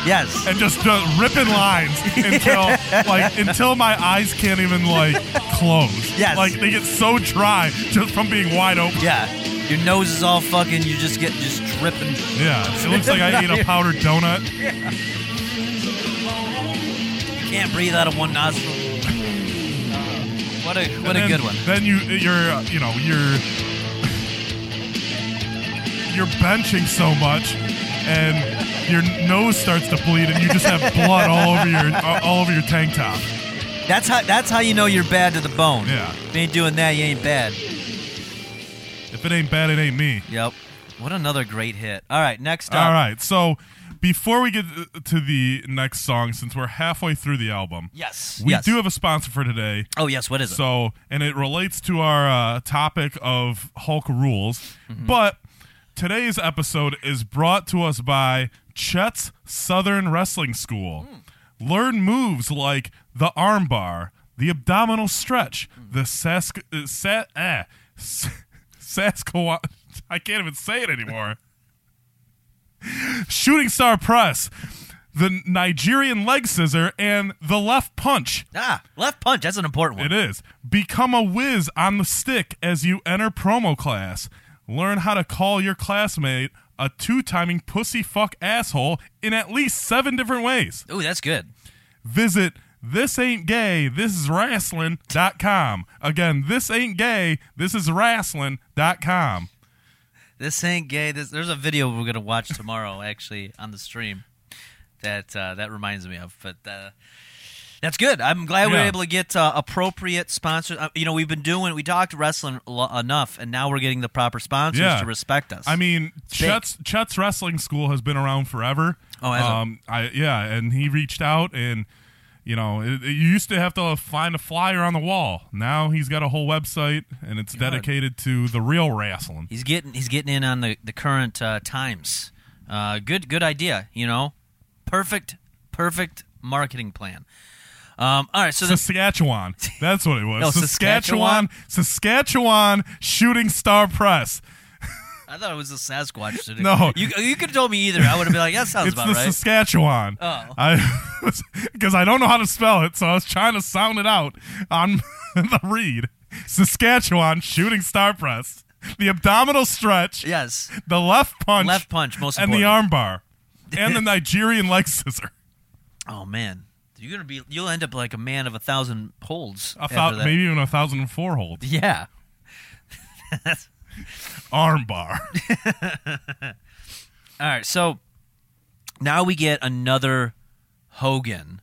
Yes. and just uh, ripping lines until like until my eyes can't even like close. Yes. Like they get so dry just from being wide open. Yeah. Your nose is all fucking. You just get just dripping. Yeah. It looks like I ate a powdered donut. You can't breathe out of one nostril. What a what And a then- good one. Then you you're uh, you know you're you're benching so much, and your nose starts to bleed, and you just have blood all over your all over your tank top. That's how that's how you know you're bad to the bone. Yeah. If you ain't doing that, you ain't bad. If it ain't bad, it ain't me. Yep. What another great hit. All right, next up. All right, so before we get to the next song, since we're halfway through the album, Yes. we yes. do have a sponsor for today. Oh yes, what is it? So, and it relates to our uh, topic of Hulk rules. But today's episode is brought to us by Chet's Southern Wrestling School. Learn moves like the armbar, the abdominal stretch, the sask, uh, sa- eh, s- Sasquatch. I can't even say it anymore. Shooting star press, the Nigerian leg scissor, and the left punch. ah, left punch. That's an important one. It is. Become a whiz on the stick as you enter promo class. Learn how to call your classmate a two timing pussy fuck asshole in at least seven different ways. Ooh, that's good. Visit This ain't gay. This is wrestling.com. Again, this ain't gay. This is wrestling.com. This ain't gay. This, there's a video we're gonna watch tomorrow, actually, on the stream. That uh, that reminds me of, but uh, that's good. I'm glad we Yeah. were able to get uh, appropriate sponsors. Uh, you know, we've been doing we talked wrestling lo- enough, and now we're getting the proper sponsors Yeah. to respect us. I mean, big. Chet's, Chet's Wrestling School has been around forever. Um, Oh, has it? I yeah, and he reached out and you know, it, it- you used to have to find a flyer on the wall. Now he's got a whole website and it's dedicated to the real wrestling. he's getting he's getting in on the the current uh, times. Uh, good good idea. You know, perfect perfect marketing plan. Um, all right, so this Saskatchewan. That's what it was. No, Saskatchewan, Saskatchewan Shooting Star Press. I thought it was the Sasquatch. Today. No. you you could have told me either. I would have been like, that sounds It's about the right. Saskatchewan. Oh. I because I don't know how to spell it, so I was trying to sound it out on the read. Saskatchewan Shooting Star Press. The abdominal stretch, yes. the left punch, Left punch, most and the important. arm bar, and the Nigerian leg scissor. Oh man, you're gonna be. You'll end up like a man of a thousand holds. A after thou- that. maybe even a thousand and four hold Yeah. arm bar. All right. So now we get another Hogan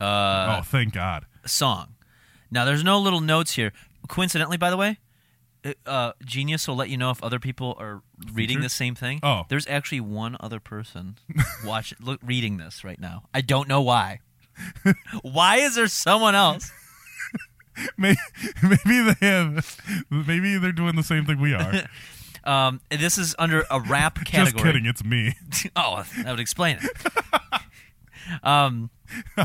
Uh. oh, thank God! song. Now there's no little notes here. Coincidentally, by the way, uh, uh, Genius will let you know if other people are reading the same thing. Oh. there's actually one other person watching, look, reading this right now. I don't know why. why is there someone else? Maybe, maybe they have, maybe they're doing the same thing we are. Um, this is under a rap category. Just kidding, it's me. oh, that would explain it. I'm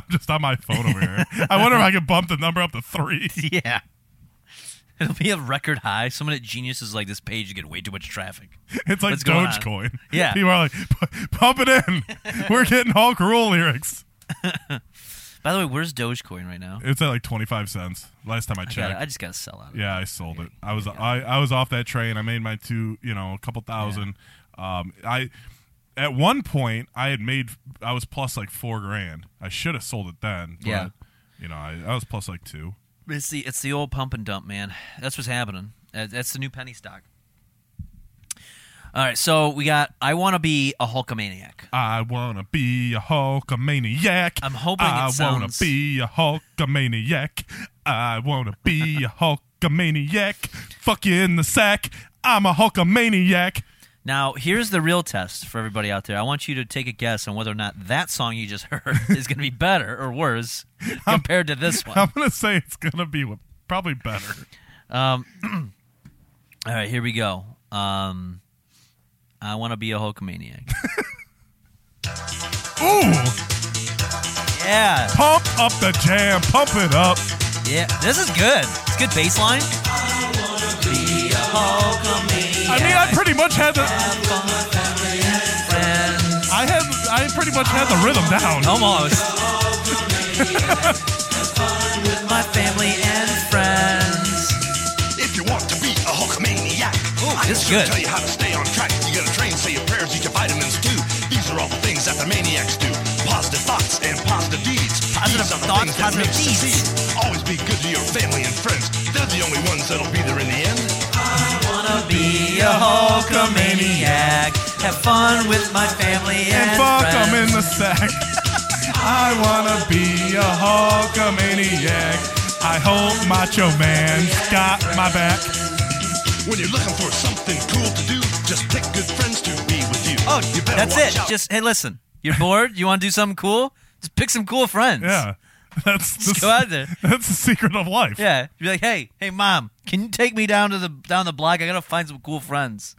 just on my phone over here. I wonder if I could bump the number up to three. yeah. It'll be a record high. Someone at Genius is like, this page is getting way too much traffic. It's like What's going on? Dogecoin. Yeah. People are like, "P- pump it in. We're getting Hulk Rule lyrics. By the way, where's Dogecoin right now? It's at like 25 cents last time I I, gotta- checked. I just got to sell out. Of yeah, I sold it. I was I, I was off that train. I made my two, you know, a couple thousand. Um, I at one point I had made I was plus like four grand. I should have sold it then. But, Yeah. You know, I, I was plus like two. it. It's the, it's the old pump and dump, man. That's what's happening. That- That's the new penny stock. All right, so we got I Want to Be a Hulkamaniac. I wanna be a Hulkamaniac. I'm hoping it I wanna sounds- be a Hulkamaniac. I wanna be a Hulkamaniac. Fuck you in the sack. I'm a Hulkamaniac. Now, here's the real test for everybody out there. I want you to take a guess on whether or not that song you just heard is going to be better or worse compared to this one. I'm gonna say it's gonna be probably better. All right, here we go. Um, I want to be a Hulkamaniac. Ooh, yeah, pump up the jam, pump it up. yeah. This is good. It's good bass line. I mean, I pretty much had the. I had, I pretty much had the rhythm down. Almost. With my family and friends. If you want to be a Hulkamaniac, Ooh, I can this is sure good. tell you how to stay on track. You gotta train, say your prayers, eat your vitamins too. These are all the things that the maniacs do. Positive thoughts and positive deeds. Positive These are the thoughts, things that positive make you deeds. succeed. Always be good to your family and friends. They're the only ones that'll be there in the end. Wanna be a Hulkamaniac. Have fun with my family and, and fuck 'em friends. in the sack. I wanna be a Hulkamaniac. I hope Macho Man's got my back. When you're looking for something cool to do, just pick good friends to be with you. Oh, you better That's it. watch out. Just hey, listen. You're bored. You want to do something cool? Just pick some cool friends. Yeah, that's the, Just go out there. That's the secret of life. Yeah. Be like, hey, hey, mom, can you take me down to the down the block? I gotta find some cool friends.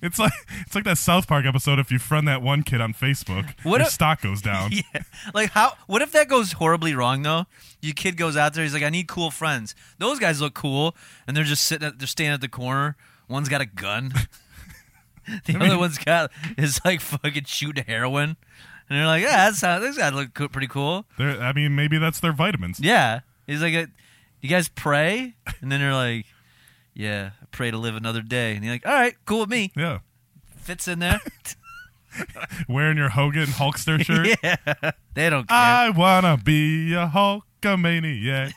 It's like it's like that South Park episode. If you friend that one kid on Facebook, What your a- stock goes down. Yeah. Like how? What if that goes horribly wrong though? Your kid goes out there. He's like, I need cool friends. Those guys look cool, and they're just sitting. At, they're standing at the corner. One's got a gun. the other one's got is like fucking shooting heroin. And they're like, yeah, that's how these guys look co- pretty cool. They're- I mean, maybe that's their vitamins. Yeah. He's like, uh, you guys pray? And then they're like, yeah, I pray to live another day. And you're like, all right, cool with me. Yeah. Fits in there. Wearing your Hogan Hulkster shirt. They don't care. I wanna be a Hulkamaniac.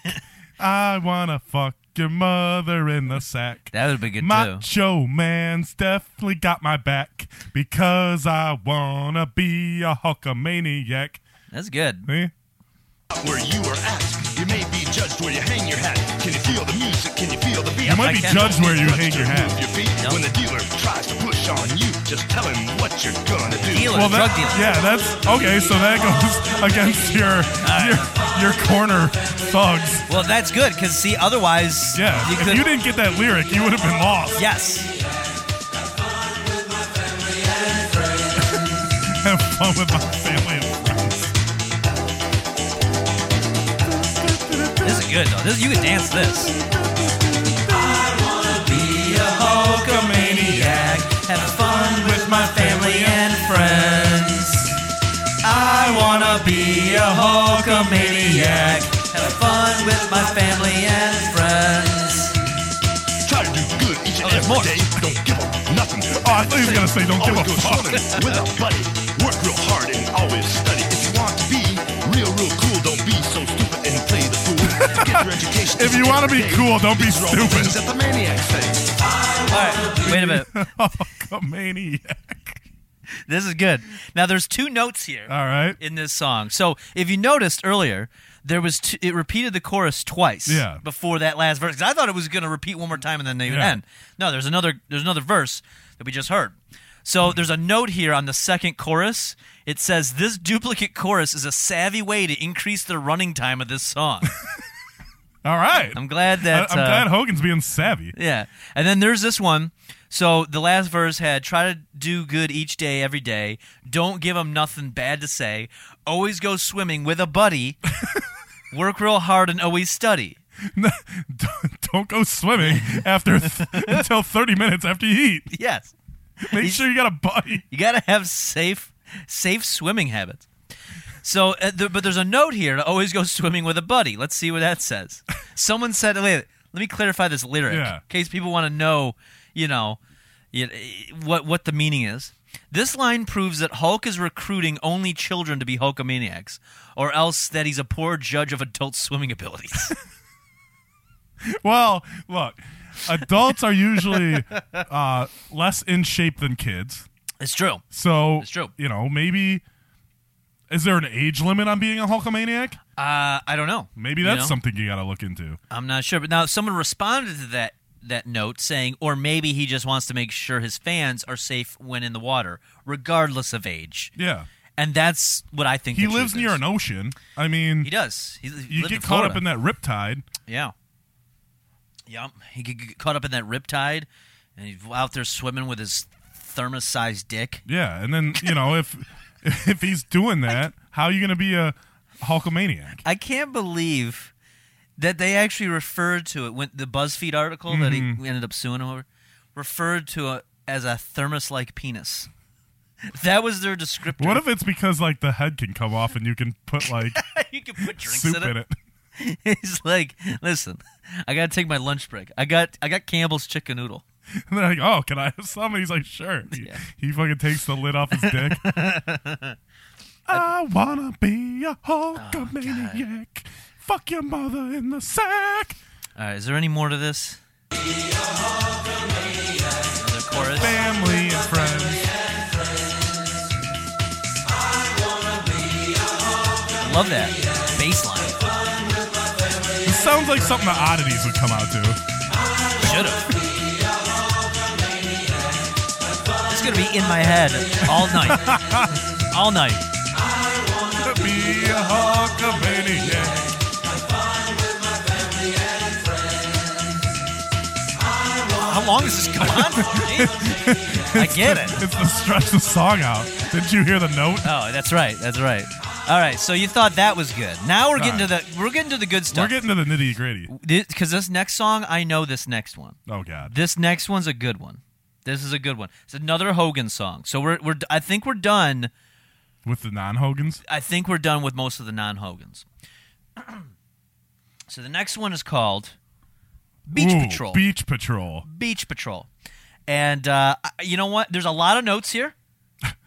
I wanna fuck your mother in the sack. that would have been good too. Macho man's definitely got my back because I wanna be a Hulkamaniac. Eh? That's good. See? Where you are at, you may be judged where you hang your hat. Can you feel the music? Can you feel the beat? You might be can't- judged where you hang your Move hat. your feet. Nope. When the dealer tries to push on you, just tell him what you're gonna do. Dealer, Well, drug that, dealer. yeah, that's okay. So that goes against your your, your corner thugs. Well, that's good because see, otherwise, Yeah, you if could. you didn't get that lyric, you would have been lost. yes, Have fun with my family. and friends. this is good though. This you could dance this. Hulkamaniac, Have fun with my family and friends. I wanna be a Hulkamaniac. Have fun with my family and friends. Try to do good each and Oh, there's every more. day. Don't give up nothing. Oh, I thought he was gonna say, "Don't give always a go fuck." swimming with a buddy. Work real hard and always study. If you want to be real, real cool, don't be so stupid and play the fool. Get your education. If you wanna be every day. cool, don't be These are all the stupid. things that the maniacs say. All right, wait a minute. Hulkamaniac. This is good. Now there's two notes here. All right. in this song. So if you noticed earlier, there was t- it repeated the chorus twice. Yeah. Before that last verse, 'Cause I thought it was going to repeat one more time and then they would Yeah. end. No, there's another there's another verse that we just heard. So there's a note here on the second chorus. It says this duplicate chorus is a savvy way to increase the running time of this song. All right. I'm glad that. I- I'm uh, glad Hogan's being savvy. yeah. And then there's this one. So the last verse had try to do good each day, every day. Don't give them nothing bad to say. Always go swimming with a buddy. Work real hard and always study. don't, don't go swimming after th- until 30 minutes after you eat. Yes. Make sure you got a buddy. You got to have safe safe swimming habits. So, uh, there, but there's a note here to always go swimming with a buddy. Let's see what that says. Someone said, wait, let me clarify this lyric Yeah. in case people want to know, you know, y- what what the meaning is. This line proves that Hulk is recruiting only children to be Hulkamaniacs, or else that he's a poor judge of adult swimming abilities. Well, look, adults are usually uh, less in shape than kids. it's true. So, It's true. you know, maybe. Is there an age limit on being a Hulkamaniac? Uh, I don't know. Maybe You that's know? something you got to look into. I'm not sure, but now someone responded to that that note saying, or maybe he just wants to make sure his fans are safe when in the water, regardless of age. Yeah. And that's what I think. He the lives truth near is. an ocean. I mean, He does. He, he you lived get in caught up Florida. in that riptide. Yeah. Yep. He could get caught up in that riptide, and he's out there swimming with his thermos-sized dick. Yeah, and then, you know, if if he's doing that, how are you going to be a Hulkamaniac? I can't believe that they actually referred to it when the BuzzFeed article that he Mm-hmm. ended up suing him over referred to it as a thermos-like penis. That was their descriptor. What if it's because like the head can come off and you can put like you can put drinks soup in in it? it? He's like, listen, I gotta take my lunch break. I got I got Campbell's chicken noodle. And they're like, "Oh, can I have some?" And he's like, "Sure." He, Yeah. he fucking takes the lid off his dick. I wanna be a Hulkamaniac. Oh, Fuck your mother in the sack. All right, is there any more to this? Another chorus. Family and friends. Love that bass line. This sounds like something the oddities would come out to. Should have. It's gonna be in my head all night, all night. To be a Hulkamaniac. How long is this going on? for, Jesus? I get it. It's to stretch the song out. Didn't you hear the note? Oh, that's right. That's right. All right. So you thought that was good. Now we're getting to All the we're getting to the good We're stuff. getting to the nitty gritty. because this next song, I know this next one. Oh God. This next one's a good one. This is a good one. It's another Hogan song. So we're we're I think we're done. With the non-Hogans. I think we're done with most of the non-Hogans. so the next one is called Beach Ooh, Patrol. Beach Patrol. Beach Patrol. And uh, I- you know what? There's a lot of notes here.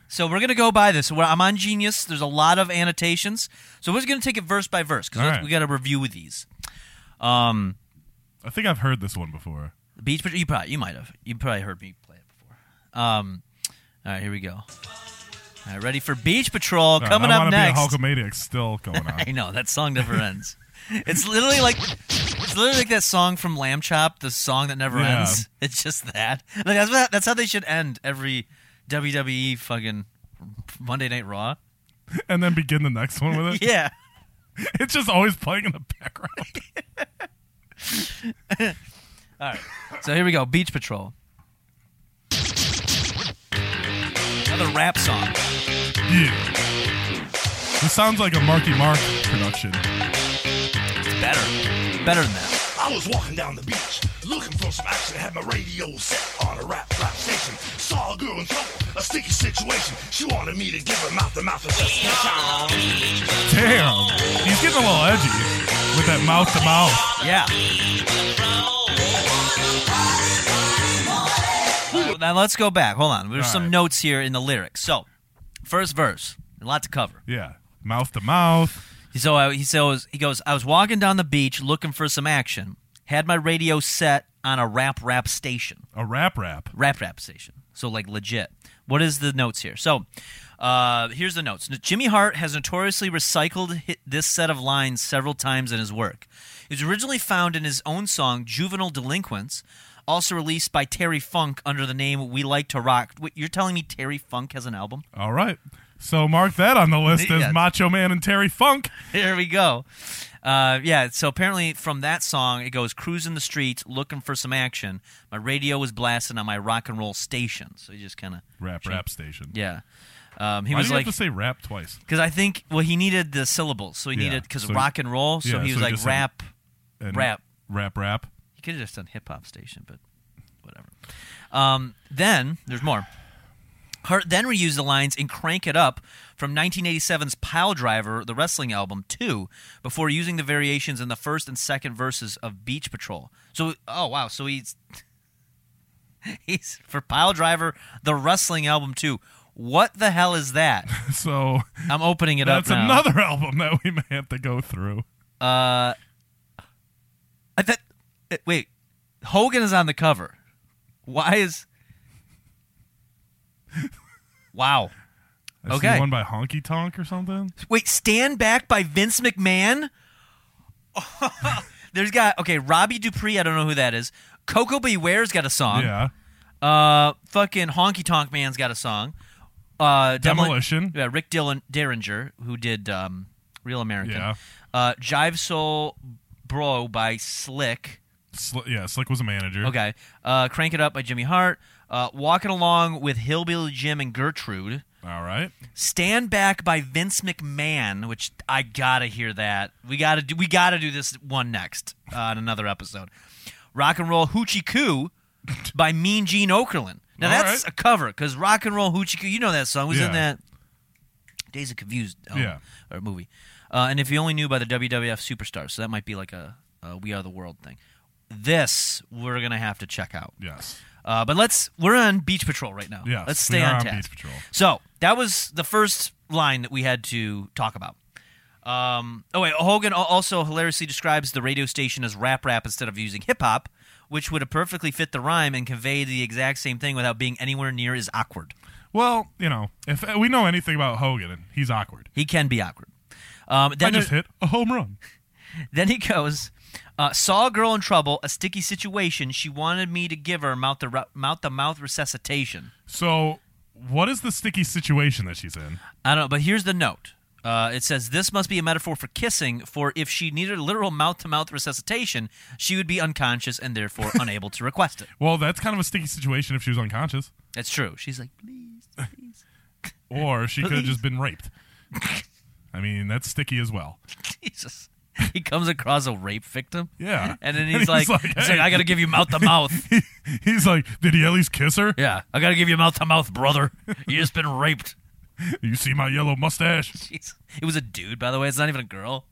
So we're gonna go by this. So we're- I'm on Genius. There's a lot of annotations. So we're just gonna take it verse by verse All because right. we got to review with these. Um, I think I've heard this one before. Beach Patrol. You probably you might have. You probably heard me play it before. Um, all right, here we go. All right, ready for Beach Patrol All right, coming Uh, I up wanna next. Be a Hulkamaniac still going on. I know that song never ends. It's literally like it's literally like that song from Lamb Chop, the song that never Yeah. ends. It's just that. Like that's what, that's how they should end every WWE fucking Monday Night Raw. and then begin the next one with it. Yeah. It's just always playing in the background. So here we go, Beach Patrol. Another rap song. yeah. This sounds like a Marky Mark production. It's better. Better than that. I was walking down the beach, looking for some action. Had my radio set on a rap rap station. Saw a girl in trouble, a sticky situation. She wanted me to give her mouth to mouth assistance. Damn. He's getting a little edgy with that mouth to mouth. Yeah. Now let's go back. Hold on. There's All some right. notes here in the lyrics. So, first verse, a lot to cover. Yeah. Mouth to mouth. So I, he says he goes. I was walking down the beach looking for some action. Had my radio set on a rap rap station. A rap rap. Rap rap station. So like legit. What is the notes here? So uh, here's the notes. Jimmy Hart has notoriously recycled hi- this set of lines several times in his work. It was originally found in his own song "Juvenile Delinquents," also released by Terry Funk under the name "We Like to Rock." Wait, you're telling me Terry Funk has an album? All right. So mark that on the list as Yeah. Macho Man and Terry Funk. There we go. Uh, yeah, so apparently from that song, it goes cruising the streets looking for some action. My radio was blasting on my rock and roll station. So he just kind of. Rap rap station. Yeah. Um, he Why was do you like. have to say rap twice? Because I think, well, he needed the syllables. So he Yeah, needed, because so- rock and roll. So yeah, he so was he like just said- rap. And Rap. Rap rap. He could have just done hip hop station, but whatever. Um, then there's more. Hart then reused the lines in "Crank It Up" from 1987's Pile Driver, the wrestling album, too, before using the variations in the first and second verses of Beach Patrol. So, oh wow, so he's he's for Pile Driver, the wrestling album, too. What the hell is that? So I'm opening it that's up now. another album that we may have to go through. I thought, uh, wait, Hogan is on the cover. Why is? Wow. I see Okay. One by Honky Tonk or something. Wait, Stand Back by Vince McMahon? There's got, okay, Robbie Dupree, I don't know who that is. Coco Beware's got a song. Yeah. Uh, fucking Honky Tonk Man's got a song. Uh, Demoli- Demolition. yeah, Rick Dillon, Derringer, who did um, Real American. Yeah. Uh, Jive Soul Bro by Slick. Sl- yeah, Slick was a manager. Okay. Uh, Crank It Up by Jimmy Hart. Uh, Walking Along with Hillbilly Jim and Gertrude. All right. Stand Back by Vince McMahon, which I gotta hear that. We gotta do. We gotta do this one next uh, on another episode. Rock and Roll Hoochie Coo by Mean Gene Okerlund. Now All that's right. a cover because Rock and Roll Hoochie Coo. You know that song was Yeah. in that Days of Confused um, Yeah. or movie. Uh, and if you only knew by the WWF superstar, so that might be like a, a We Are the World thing. This we're gonna have to check out. Yes. Uh, but let's we're on Beach Patrol right now. Yes, let's we stay are on, on Beach task. Patrol. So that was the first line that we had to talk about. Um, oh wait, Hogan al- also hilariously describes the radio station as rap rap instead of using hip hop, which would have perfectly fit the rhyme and conveyed the exact same thing without being anywhere near as awkward. Well, you know, if we know anything about Hogan, he's awkward. He can be awkward. Um, I then, just hit a home run. then he goes, uh, saw a girl in trouble, a sticky situation. She wanted me to give her mouth to mouth to mouth resuscitation. So, what is the sticky situation that she's in? I don't know, but here's the note. Uh, it says this must be a metaphor for kissing. For if she needed a literal mouth-to-mouth resuscitation, she would be unconscious and therefore unable to request it. Well, that's kind of a sticky situation if she was unconscious, That's true. She's like, or she could have just been raped. I mean, that's sticky as well. Jesus. He comes across a rape victim. Yeah. and then And he's, he's like, like, he's "Hey." like, I got to give you mouth-to-mouth. He's like, did he at least kiss her? yeah, I got to give you mouth-to-mouth, brother. You just been raped. You see my yellow mustache? Jeez. It was a dude, by the way. It's not even a girl.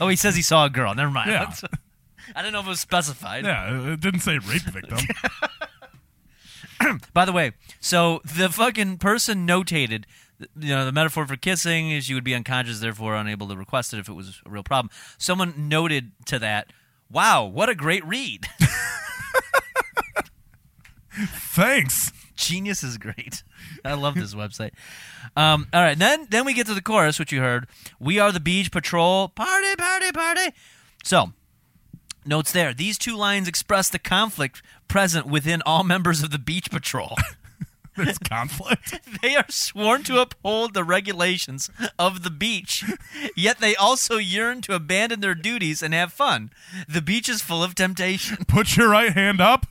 Oh, he says he saw a girl. Never mind. Yeah. I didn't know if it was specified. Yeah, it didn't say rape victim. By the way, so the fucking person notated, you know, the metaphor for kissing is you would be unconscious, therefore unable to request it if it was a real problem. Someone noted to that, wow, what a great read. Thanks. Genius is great. I love this website. Um, all right, then then we get to the chorus, which you heard. We are the Beach Patrol. Party, party, party. So, notes there. These two lines express the conflict present within all members of the Beach Patrol. There's conflict. They are sworn to uphold the regulations of the beach, yet they also yearn to abandon their duties and have fun. The beach is full of temptation. Put your right hand up.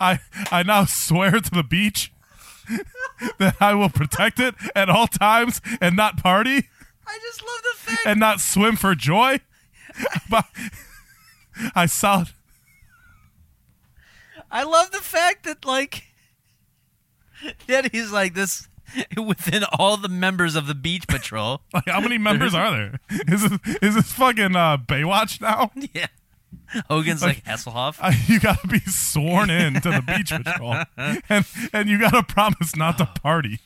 I I now swear to the beach that I will protect it at all times and not party I just love the fact. and not swim for joy. But I solid I love the fact that like that he's like this within all the members of the beach patrol. like how many members are there? Is this, is this fucking uh, Baywatch now? yeah. Hogan's like Hasselhoff. I, you got to be sworn in to the beach patrol, and and you got to promise not to party.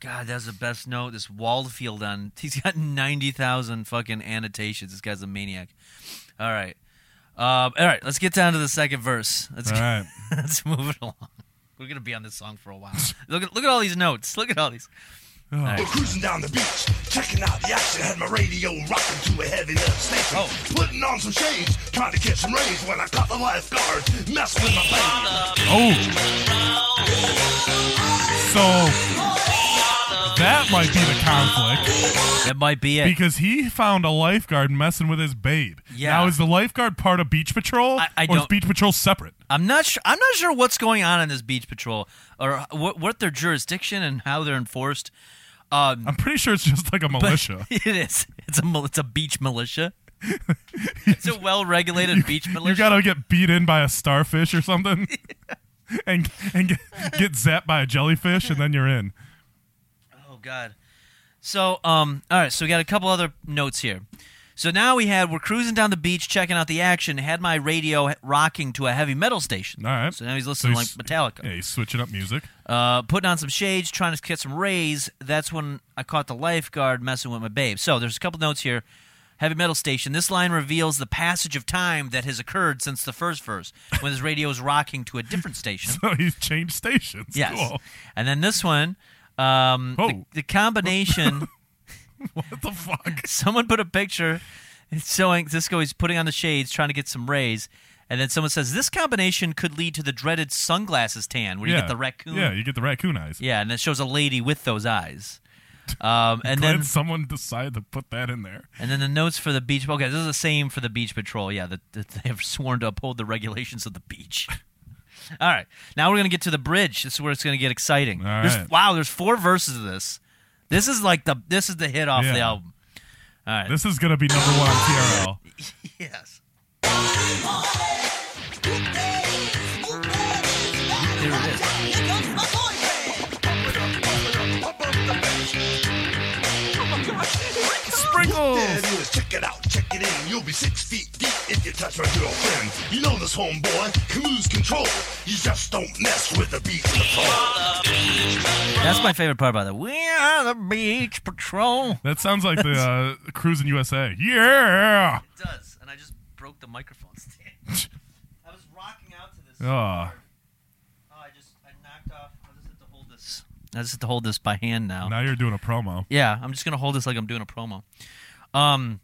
God, that's the best note. This Waldfield on he's got ninety thousand fucking annotations. This guy's a maniac. All right, um, all right. Let's get down to the second verse. Let's All right. let's move it along. We're gonna be on this song for a while. Look at look at all these notes. Look at all these. We're cruising down the beach, checking out the action. Had my radio rocking to a heavy lip station. Oh. Putting on some shades, trying to catch some rays when I caught the lifeguard messing with my face. Oh. So that might be the conflict That might be it. because he found a lifeguard messing with his babe. Yeah. Now is the lifeguard part of Beach Patrol I- I or is don't- Beach Patrol separate? I'm not sure. I'm not sure what's going on in this beach patrol or what what their jurisdiction and how they're enforced. Um, I'm pretty sure it's just like a but- militia. it is. It's a mil- it's a beach militia. it's a well-regulated beach militia. You got to get beat in by a starfish or something. And, and get, get zapped by a jellyfish, and then you're in. Oh God. So um, all right. So we got a couple other notes here. So now we had we're cruising down the beach, checking out the action. Had my radio rocking to a heavy metal station. All right. So now he's listening he's- like Metallica. Yeah, he's switching up music. Uh, putting on some shades, trying to get some rays. That's when I caught the lifeguard messing with my babe. So there's a couple notes here. Heavy metal station. This line reveals the passage of time that has occurred since the first verse, when his radio is rocking to a different station. So he's changed stations. Yes. Cool. And then this one, um, the, Oh. the combination. What the fuck? someone put a picture showing Cisco he's putting on the shades, trying to get some rays. And then someone says this combination could lead to the dreaded sunglasses tan, where you yeah. get the raccoon. Yeah, you get the raccoon eyes. Yeah, and it shows a lady with those eyes. Um, and Glad then someone decided to put that in there. and then the notes for the beach. Okay, this is the same for the beach patrol. Yeah, that that they have sworn to uphold the regulations of the beach. All right, now we're gonna get to the bridge. This is where it's gonna get exciting. All There's- right. Wow, there's four verses of this. This is like the this is the hit off the Yeah. album. All right. This is gonna be number one on TRL. yes. There it is, check it out, check it in. You'll be six feet deep if you touch my girlfriend. You know this homeboy can lose control. You just don't mess with the beach patrol. That's my favorite part about that. We are the beach patrol. That sounds like the uh, cruising USA. Yeah. It does, and I just broke the microphone stand. I was rocking out to this. Oh, Oh, I just I knocked off. I just have to hold this. I just have to hold this by hand now. now you're doing a promo. Yeah, I'm just gonna hold this like I'm doing a promo. Um.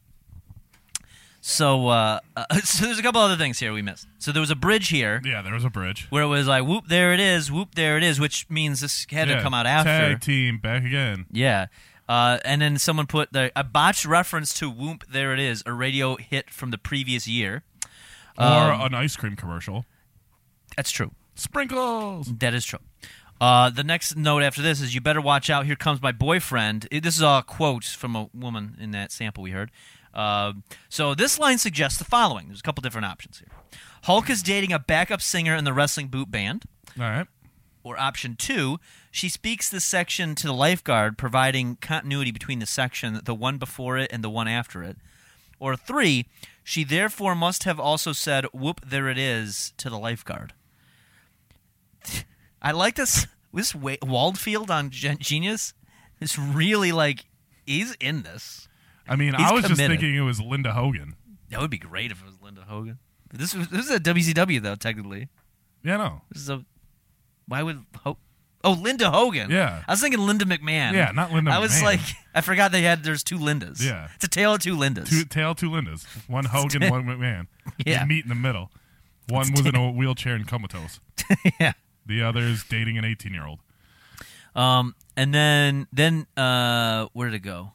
So, uh, uh, so there's a couple other things here we missed. So there was a bridge here Yeah, there was a bridge. where it was like, "Whoop, there it is! Whoop, there it is!" Which means this had yeah. to come out after. Tag team back again. Yeah. Uh, and then someone put the, a botched reference to "Whoop, there it is," a radio hit from the previous year. Or Um, an ice cream commercial. That's true. Sprinkles. That is true. Uh, the next note after this is you better watch out. Here comes my boyfriend. It- This is a quote from a woman in that sample we heard. Uh, so this line suggests the following. There's a couple different options here. Hulk is dating a backup singer in the wrestling boot band, All right. or option two, she speaks this section to the lifeguard, providing continuity between the section, the one before it and the one after it. Or three, she therefore must have also said, "Whoop, there it is," to the lifeguard. I like this. This Wa- Waldfield on Gen- Genius is really like he's in this. I mean, He's I was just committed. thinking it was Linda Hogan. That would be great if it was Linda Hogan. This was this is a WCW though technically. Yeah, no. This is a why would Ho- oh Linda Hogan? Yeah. I was thinking Linda McMahon. Yeah, not Linda I was McMahon. like I forgot they had there's two Lindas. Yeah. it's a tale of two Lindas. Two tail, two Lindas. One Hogan, one McMahon. Yeah. They meet in the middle. One was in a wheelchair and comatose. yeah. The other is dating an 18 year old. Um, and then then uh, where did it go?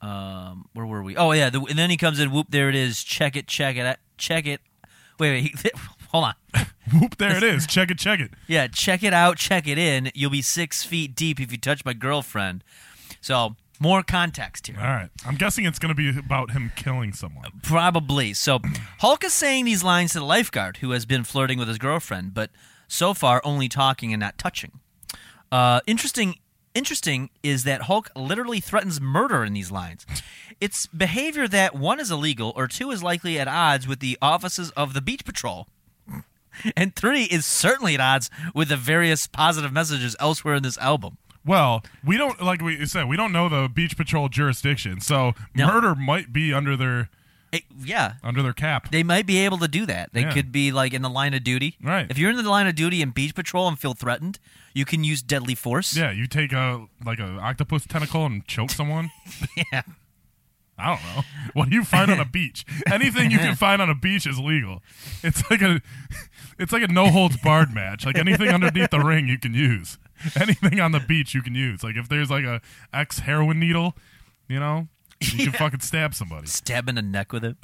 Um, where were we? Oh yeah, the, and then he comes in. Whoop! There it is. Check it. Check it. Check it. Wait, wait. He, hold on. Whoop, there it is. Check it, check it. Yeah, check it out. Check it in. You'll be six feet deep if you touch my girlfriend. So more context here. All right. I'm guessing it's going to be about him killing someone. Probably. So Hulk is saying these lines to the lifeguard who has been flirting with his girlfriend, but so far only talking and not touching. Uh, interesting. Interesting is that Hulk literally threatens murder in these lines. It's behavior that one is illegal, or two is likely at odds with the offices of the Beach Patrol, and three is certainly at odds with the various positive messages elsewhere in this album. Well, we don't, like we said, we don't know the Beach Patrol jurisdiction. So No. murder might be under their It- yeah, under their cap. they might be able to do that. They Yeah. could be like in the line of duty. Right. If you're in the line of duty in beach patrol and feel threatened, you can use deadly force. yeah, you take a like a octopus tentacle and choke someone. Yeah. I don't know. What do you find on a beach? Anything you can find on a beach is legal. It's like a it's like a no holds barred match. Like anything underneath the ring you can use. Anything on the beach you can use. Like if there's like a ex heroin needle, you know, you can fucking stab somebody. Stab in the neck with it.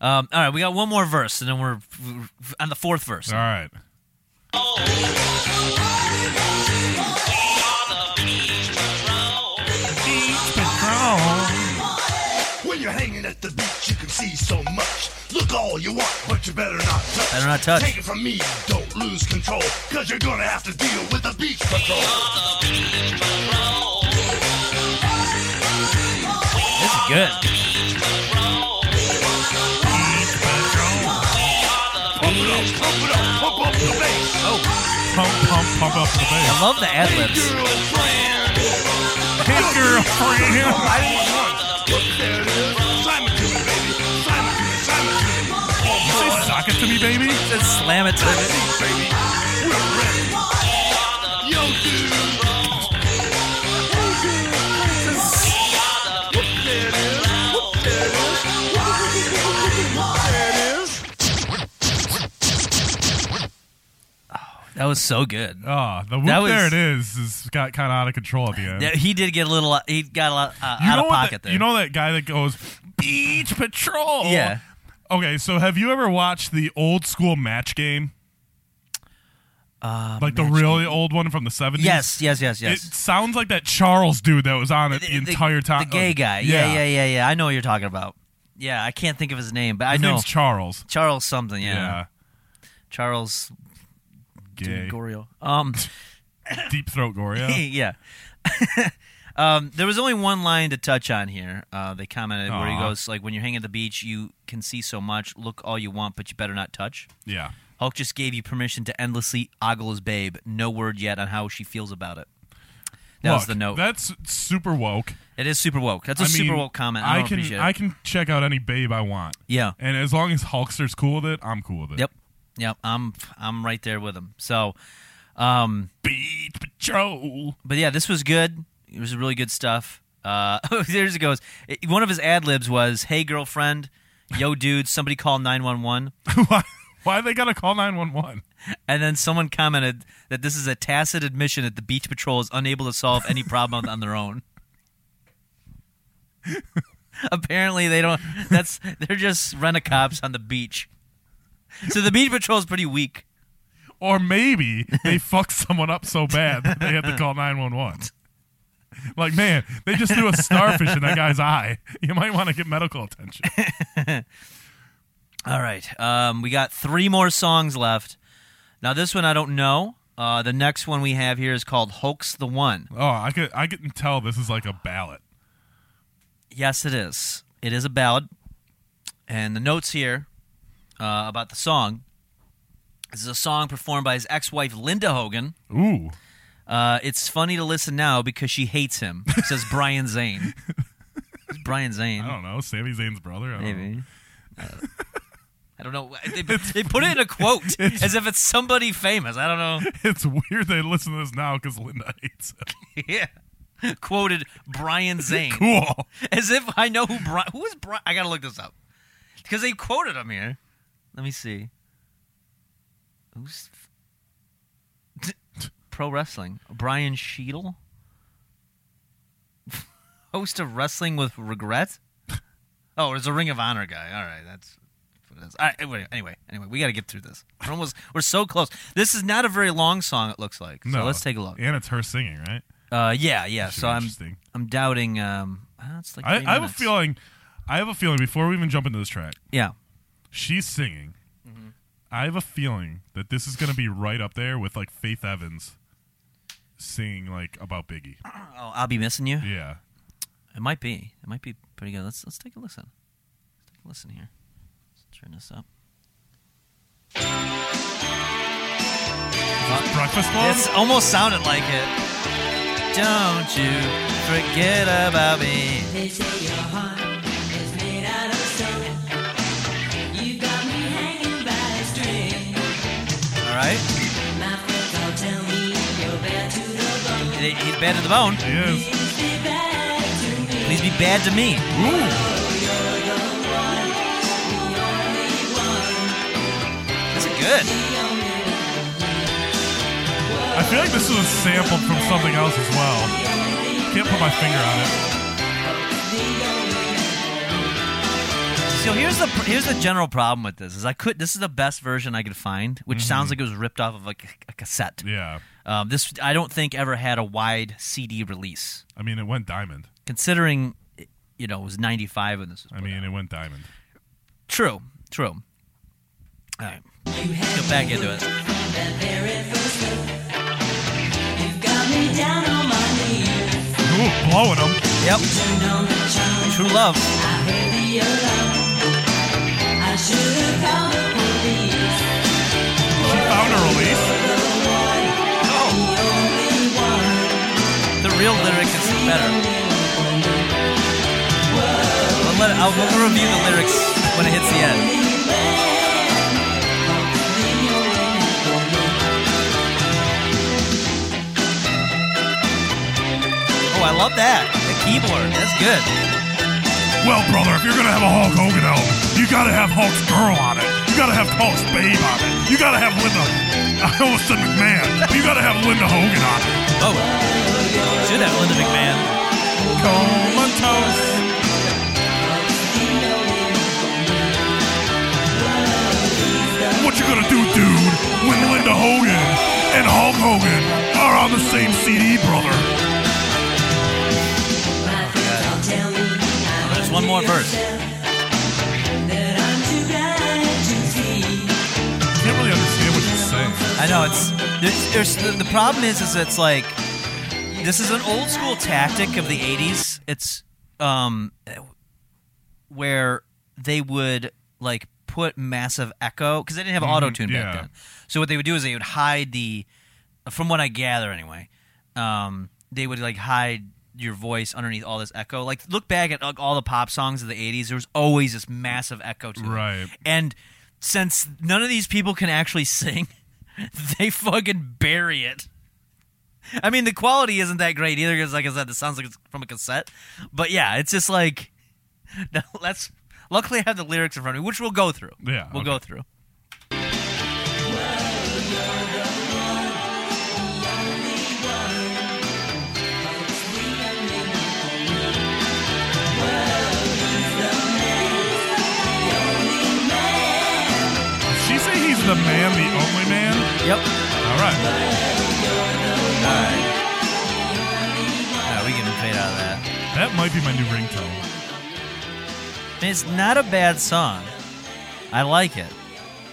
Um, all right, we got one more verse, and then we're we're on the fourth verse. All right. When you're hanging at the beach, you can see so much. Look all you want, but you better not touch. Better not touch. Take it from me, don't lose control, cause you're gonna have to deal with the beach patrol. This is good. Pump it up, pump it up, pump up the bass. Pump, pump, pump up the I bass. love the ad libs. Hey, girlfriend. I didn't want it. Look, there it is. Slam it to me, baby. Slam it to me, slam it to me. Oh, boy. Sock it to me, baby. Just slam it to the baby. We're ready. Yo, dude. Whoop, there it is. Whoop, there it is. Whoop, there it is. That was so good. Ah, the whoop That was- there it is is got kind of out of control at the end. That- He did get a little. He got a lot uh, You out know of what pocket that- there. You know that guy that goes Beach Patrol. Yeah. Okay, so have you ever watched the old school match game? Uh, like the really old one from the seventies. Um, yes, yes, yes, It yes. sounds like that Charles dude that was on it the, entire time. The gay guy. Yeah. yeah, yeah, yeah, I know what you're talking about. Yeah, I can't think of his name, but I His know name's Charles. Charles something. Yeah, Yeah, Charles gay Gorio. Um, deep throat Goria. yeah. um, there was only one line to touch on here. Uh, they commented where he Aw. goes like, "When you're hanging at the beach, you can see so much. Look all you want, but you better not touch." yeah. Hulk just gave you permission to endlessly ogle his babe. No word yet on how she feels about it. That was Look, the note. That's super woke. it is super woke. That's a I super mean, woke comment. I, I, don't can appreciate it. I can check out any babe I want. yeah. And as long as Hulkster's cool with it, I'm cool with it. Yep. Yep. I'm I'm right there with him. So, um, Beach Patrol. but yeah, this was good. It was really good stuff. Uh, there's it goes. It- one of his ad libs was, "Hey girlfriend, yo dude, somebody call 911." why, why they gotta call 911 And then someone commented that this is a tacit admission that the beach patrol is unable to solve any problem on their own. Apparently, they don't. That's they're just rent a cops on the beach. So the beach patrol is pretty weak. or maybe they fucked someone up so bad that they had to call 911 like man they just threw a starfish in that guy's eye you might want to get medical attention All right. Um, we got three more songs left. Now, this one I don't know. Uh, the next one we have here is called Hoax the One. oh i could i can tell this is like a ballot Yes, it is. It is a ballad. And the notes here uh, about the song This is a song performed by his ex-wife Linda Hogan. Ooh. Uh, it's funny to listen now because she hates him. Says Brian Zane. It's Brian Zane. I don't know. Sami Zayn's brother? I don't know. Maybe. Uh, I don't know. They, they put it in a quote as if it's somebody famous. I don't know. It's weird they listen to this now because Linda hates it. Yeah. Quoted Brian Zane. Cool. As if I know who Brian. Who is Brian? I got to look this up. Because they quoted him here. Let me see. Who's. Pro wrestling. Brian Sheedle? Host of Wrestling with Regret? Oh, it's a Ring of Honor guy. All right, that's what it is. All right, anyway, anyway, anyway, we got to get through this. We're almost, we're so close. This is not a very long song. It looks like. So let's take a look. And it's her singing, right? Uh, yeah, yeah. Should be So I'm, interesting. I'm doubting. Um, ah, it's like I, three I have a minutes. feeling. I have a feeling before we even jump into this track, Yeah. she's singing. Mm-hmm. I have a feeling that this is going to be right up there with like Faith Evans singing like about Biggie. Oh, I'll be missing you. Yeah. It might be. It might be pretty good. Let's let's take a listen. Let's take a listen here. Let's turn this up. Breakfast Club. It's almost sounded like it. Don't you forget about me. They say your heart is made out of stone. You got me hanging by a string. All right. My friends all tell me you're bad to the bone. He- He's bad to the bone. It is. Please be bad to me. Please be bad to me. Ooh. This is good. I feel like this is a sample from something else as well. Can't put my finger on it. So here's the here's the general problem with this is I could this is the best version I could find, which sounds like it was ripped off of like a cassette. Yeah. Um, this I don't think ever had a wide CD release, I mean, it went diamond. considering you know it was '95 when this was. I mean, it went diamond. True, true. All right, let's get back into it. You got me down on my knees. Ooh, blowing them. Yep, Turned on the charm. true love. I heard the alarm. I should have called the police. She found a release. The real lyrics is better. I'll let I'll, we'll review the lyrics when it hits the end. Oh, I love that. The keyboard. That's good. Well, brother, if you're gonna have a Hulk Hogan album, you gotta have Hulk's girl on it. You gotta have Hulk's babe on it. You gotta have Linda. I almost said McMahon. but you gotta have Linda Hogan on it. Oh, should have Linda McMahon. Comatose. What you gonna do, dude, when Linda Hogan and Hulk Hogan are on the same CD, brother? My friends all tell me I'm There's one more verse. that I'm too blind to see. I can't really understand what she's saying. I know it's there's, there's the, the problem is is it's like this is an old school tactic of the 80s. It's um where they would like put massive echo because they didn't have auto tune back yeah. then. So what they would do is they would hide the from what I gather anyway. Um they would like hide your voice underneath all this echo. Like look back at like, all the pop songs of the 80s, there was always this massive echo to them. Right. And since none of these people can actually sing, they fucking bury it. I mean, the quality isn't that great either, because like I said, this sounds like it's from a cassette. But yeah, it's just like no, let's. Luckily, I have the lyrics in front of me, which we'll go through. Yeah, we'll okay. go through. Did she say he's the man, the only man? Yep. All right. Yeah, we can fade out of that. That might be my new ringtone. I mean, it's not a bad song. I like it.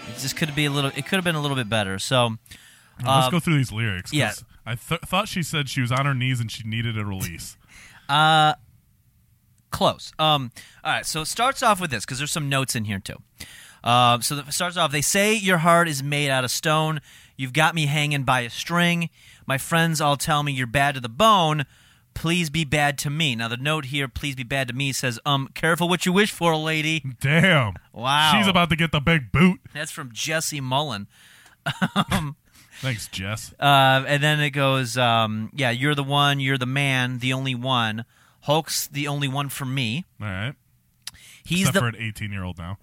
It just could be a little. It could have been a little bit better. So, Now, let's Um, go through these lyrics. 'cause yeah. I th- thought she said she was on her knees and she needed a release. close. Um, all right, so it starts off with this because there's some notes in here too. Um, so it starts off. They say your heart is made out of stone. You've got me hanging by a string. My friends all tell me you're bad to the bone. Please be bad to me. Now the note here, please be bad to me, says, um, careful what you wish for, lady. Damn. Wow. She's about to get the big boot. That's from Jesse Mullen. Thanks, Jess. Uh, and then it goes, um, yeah, you're the one, you're the man, the only one. Hulk's the only one for me. All right. He's Except for the an 18 year old now,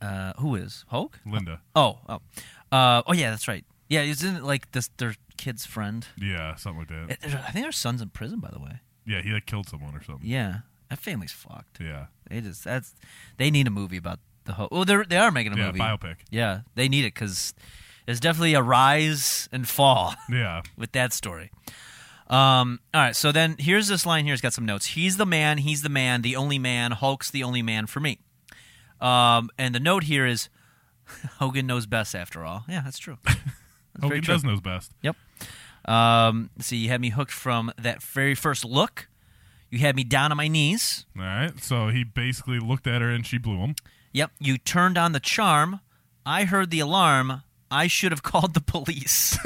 uh, who is Hulk? Linda. Oh, oh, uh, oh yeah, that's right. Yeah, isn't it like this their kid's friend? Yeah, something like that. It- I think their son's in prison, by the way. Yeah, he like killed someone or something. Yeah, that family's fucked. Yeah. They just that's they need a movie about the Hulk. Well, they they are making a Yeah, movie biopic. Yeah, they need it because there's definitely a rise and fall. Yeah. with that story. Um, all right, so then here's this line here. It's got some notes. He's the man. He's the man. The only man. Hulk's the only man for me. Um, and the note here is Hogan knows best after all. Yeah, that's true. That's very Hogan true. does knows best. Yep. Um, let's see, you had me hooked from that very first look. You had me down on my knees. All right. So he basically looked at her and she blew him. Yep. You turned on the charm. I heard the alarm. I should have called the police.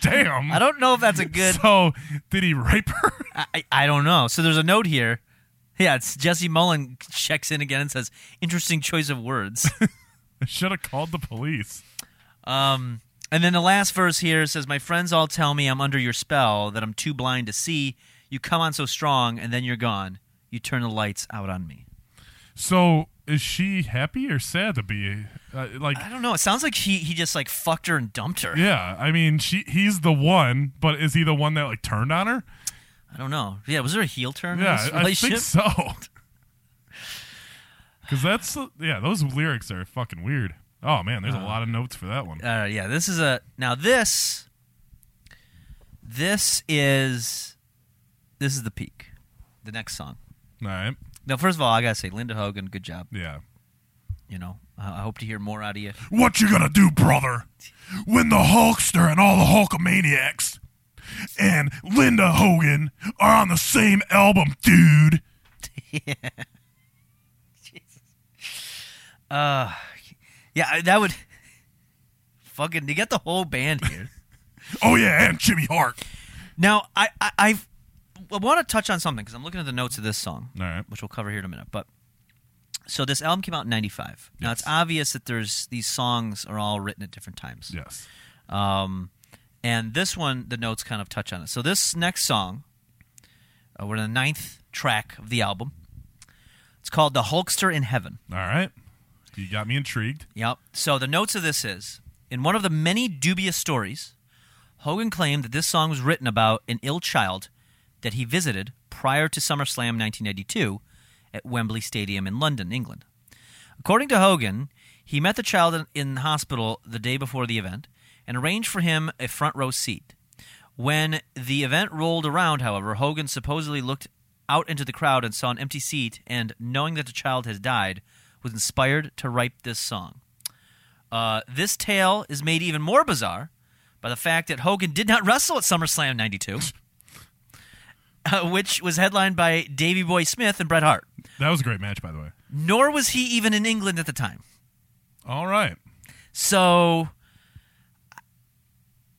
Damn. I don't know if that's a good. So did he rape her? I, I- I don't know. So there's a note here. Yeah, it's Jesse Mullen checks in again and says, "Interesting choice of words." Should have called the police. um, and then the last verse here says, "My friends all tell me I'm under your spell, that I'm too blind to see. You come on so strong, and then you're gone. You turn the lights out on me." So is she happy or sad to be uh, like? I don't know. It sounds like he he just like fucked her and dumped her. Yeah, I mean, she he's the one, but is he the one that like turned on her? I don't know. Yeah, was there a heel turn? in Yeah, this I- I relationship? think so. Because that's yeah, those lyrics are fucking weird. Oh man, there's a lot of notes for that one. Uh, yeah, this is a now this this is this is the peak. The next song. All right, Now, first of all, I gotta say, Linda Hogan, good job. yeah. You know, I I hope to hear more out of you. What you gonna do, brother, when the Hulkster and all the Hulkamaniacs and Linda Hogan are on the same album, dude? Yeah, I- that would fucking. You got the whole band here. Oh yeah, and Jimmy Hart. now, I I, I've, I want to touch on something because I'm looking at the notes of this song, All right. which we'll cover here in a minute. But so this album came out in '95. Now it's Yes. obvious that there's these songs are all written at different times. Yes. Um, and this one, the notes kind of touch on it. So this next song, uh, we're in the ninth track of the album. It's called "The Hulkster in Heaven." All right. You got me intrigued. Yep. So the notes of this is in one of the many dubious stories, Hogan claimed that this song was written about an ill child that he visited prior to SummerSlam 1982 at Wembley Stadium in London, England. According to Hogan, he met the child in- in the hospital the day before the event and arranged for him a front row seat. When the event rolled around, however, Hogan supposedly looked out into the crowd and saw an empty seat and, knowing that the child has died, was inspired to write this song. Uh, this tale is made even more bizarre by the fact that Hogan did not wrestle at SummerSlam 92, uh, which was headlined by Davey Boy Smith and Bret Hart. That was a great match, by the way. Nor was he even in England at the time. All right. So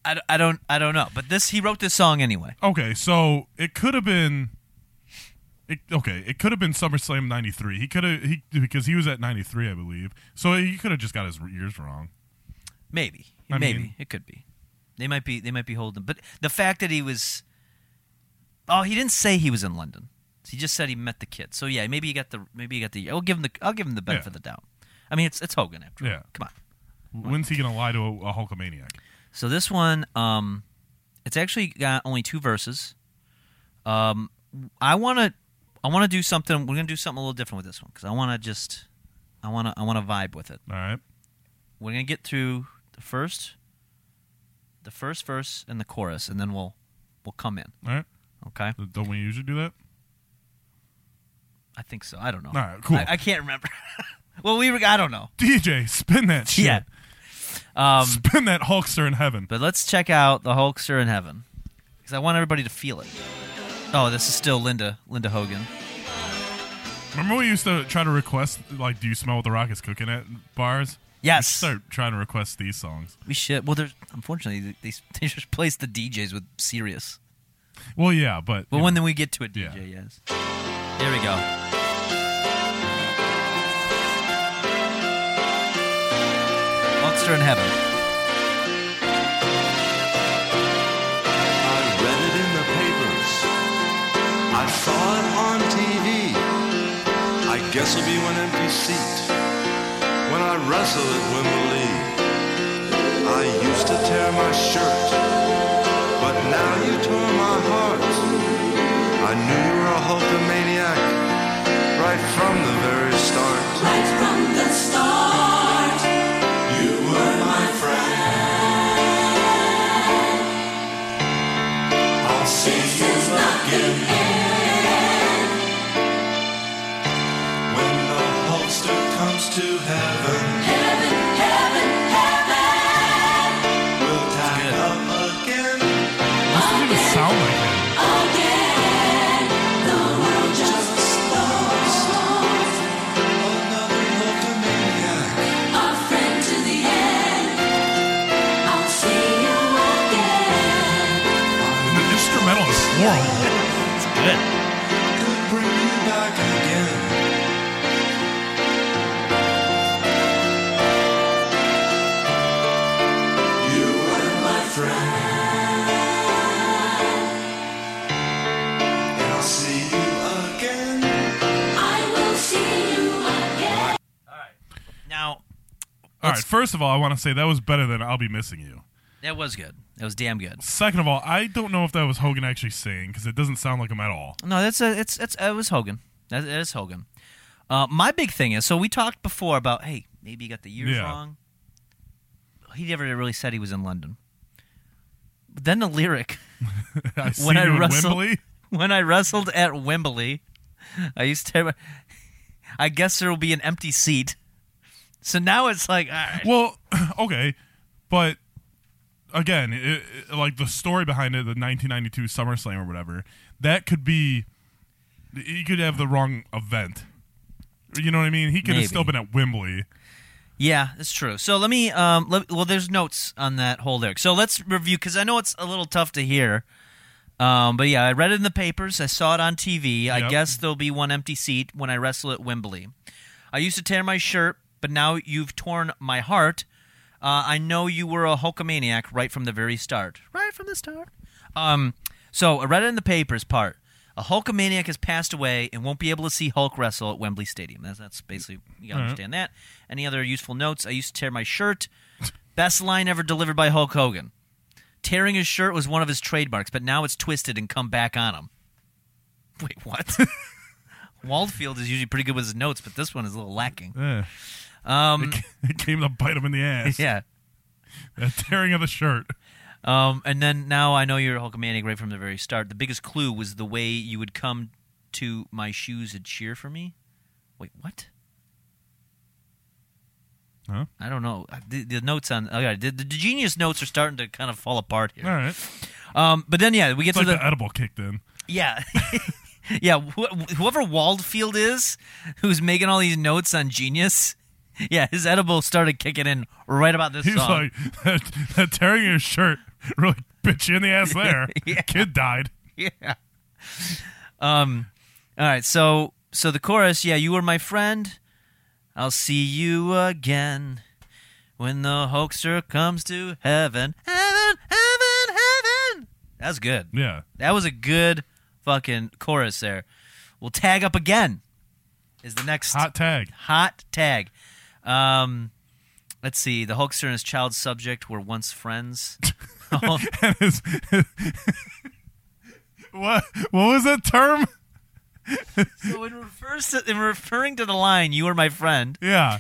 I, I don't I don't know, but this he wrote this song anyway. Okay, so it could have been. It, okay, it could have been SummerSlam '93. He could have he because he was at '93, I believe. So he could have just got his years wrong. Maybe, I maybe mean- it could be. They might be they might be holding, but the fact that he was oh he didn't say he was in London. He just said he met the kid. So yeah, maybe he got the maybe he got the. I'll give him the I'll give him the benefit Yeah. of the doubt. I mean it's it's Hogan after all. Yeah. Come on. When's he gonna lie to a, a Hulkamaniac? So this one, um, it's actually got only two verses. Um, I want to, I want to do something. We're gonna do something a little different with this one because I want to just, I want to, I want to vibe with it. All right. We're gonna get through the first, the first verse and the chorus, and then we'll, we'll come in. All right. Okay, Don't we usually do that? I think so. I don't know. All right, cool. I, I can't remember. well, we were. I don't know. DJ, spin that shit. Yeah. Um, Spin that Hulkster in heaven. But let's check out the Hulkster in heaven because I want everybody to feel it. Oh, this is still Linda, Linda Hogan. Remember we used to try to request like, "Do you smell what the rock is cooking?" at bars. Yes. We should start trying to request these songs. We should. Well, there's unfortunately they, they just replaced the DJs with Sirius. Well, yeah, but But you when know, then we get to a DJ, yes. There we go. Monster in Heaven. I read it in the papers. I saw it on TV. I guess it'll be one empty seat when I wrestle at Wembley. I used to tear my shirt, but now you tore my heart. I knew you were a Hulkamaniac right from the very start. Right from the start, You were my friend. I'll see this you is not the again. end. When the Hulkster comes to heaven, Heaven, heaven, heaven, we'll tie up again. this doesn't even sound like that. again. The world just goes on. Another Hulkamaniac. A friend to the end. I'll see you again. And the instrumental is horrible. It's good. Could bring you back again. You were my friend. And I'll see you again. I will see you again. Now All Let's- right, first of all, I want to say that was better than "I'll Be Missing You." that was good. That was damn good. Second of all, I don't know if that was Hogan actually singing because it doesn't sound like him at all. No, that's a, it's it's uh, it was Hogan. That, that is Hogan. Uh, my big thing is so we talked before about hey maybe you got the years Yeah. wrong. He never really said he was in London. But then the lyric I see When I you in wrestle- Wembley. when I wrestled at Wembley, I used to. I guess there will be an empty seat. So now it's like, all right. Well, okay, but again, it, it- like the story behind it, the 1992 SummerSlam or whatever, that could be you could have the wrong event. You know what I mean? He could Maybe. have still been at Wembley. yeah, that's true. So let me. Um, let, well, there's notes on that whole lyric. So let's review because I know it's a little tough to hear. Um, but yeah, I read it in the papers. I saw it on TV. I Yep. guess there'll be one empty seat when I wrestle at Wembley. I used to tear my shirt, but now you've torn my heart. Uh, I know you were a Hulkamaniac right from the very start. Right from the start. Um, so I read it in the papers part. A Hulkamaniac has passed away and won't be able to see Hulk wrestle at Wembley Stadium. That's, that's basically, you gotta understand that. Any other useful notes? I used to tear my shirt. Best line ever delivered by Hulk Hogan. Tearing his shirt was one of his trademarks, but now it's twisted and come back on him. Wait, what? Waldfield is usually pretty good with his notes, but this one is a little lacking. Eh, Um, it came to bite him in the ass. yeah. That tearing of the shirt. Um, and then now I know you're a Hulkamaniac right from the very start. The biggest clue was the way you would come to my shoes and cheer for me. Wait, what? Huh? I don't know. The, the notes on okay, the, the genius notes are starting to kind of fall apart All here. right, it's Um, but then yeah, we get like to the edible kicked in. Yeah. yeah, wh- whoever Waldfield is who's making all these notes on Genius, yeah, his edible started kicking in right about this He's song. like that, that tearing his shirt really bit you in the ass there. Yeah. Kid died. yeah. Um all right, so so the chorus, yeah, you were my friend. I'll see you again when the hoaxer comes to heaven. Heaven, heaven, heaven. That's good. Yeah. That was a good fucking chorus there. We'll tag up again. Is the next Hot tag. Hot tag. Um, let's see. The Hulkster and his child subject were once friends. Oh, and his, what what was that term? so in, refers to, in referring to the line, "You are my friend," Yeah,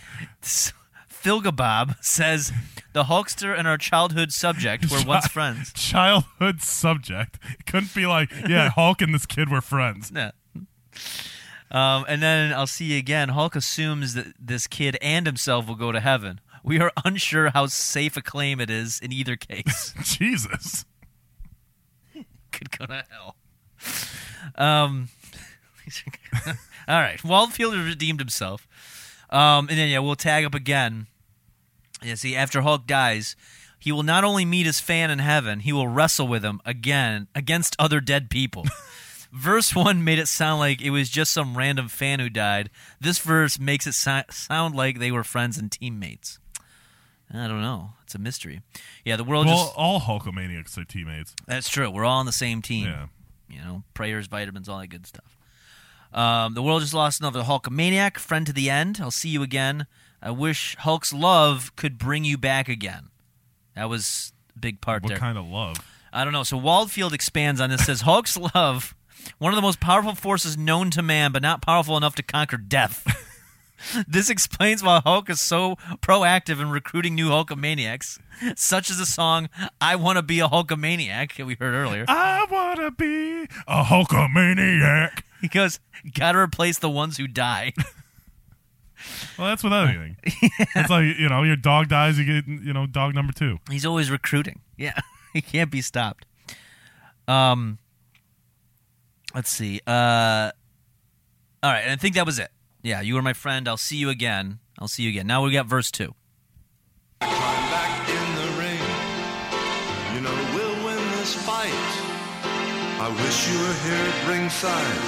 Filgabob says the Hulkster and our childhood subject were once friends. childhood subject. It couldn't be like yeah, Hulk and this kid were friends. No. Um, and then I'll see you again. Hulk assumes that this kid and himself will go to heaven. We are unsure how safe a claim it is in either case. Jesus, could go to hell. Um, All right. Waldfield has redeemed himself. Um, and then, yeah, we'll tag up again. Yeah, see, after Hulk dies, he will not only meet his fan in heaven, he will wrestle with him again against other dead people. verse 1 made it sound like it was just some random fan who died. This verse makes it so- sound like they were friends and teammates. I don't know. It's a mystery. Yeah, the world Well, just. all Hulkamaniacs are teammates. That's true. We're all on the same team. Yeah. You know, prayers, vitamins, all that good stuff. Um, the world just lost another Hulkamaniac, friend to the end. I'll see you again. I wish Hulk's love could bring you back again. That was a big part What there. kind of love? I don't know. So Waldfield expands on this. Says Hulk's love, one of the most powerful forces known to man, but not powerful enough to conquer death. this explains why Hulk is so proactive in recruiting new Hulkamaniacs, such as the song "I Want to Be a Hulkamaniac" that we heard earlier. I wanna be a Hulkamaniac. He goes, "Gotta replace the ones who die." Well, that's Uh, without anything. It's like you know, your dog dies, you get you know, dog number two. He's always recruiting. Yeah, he can't be stopped. Um, let's see. Uh, all right, and I think that was it. Yeah, you were my friend. I'll see you again. I'll see you again. Now we got verse two. Climb back in the ring. You know we'll win this fight. I wish you were here at ringside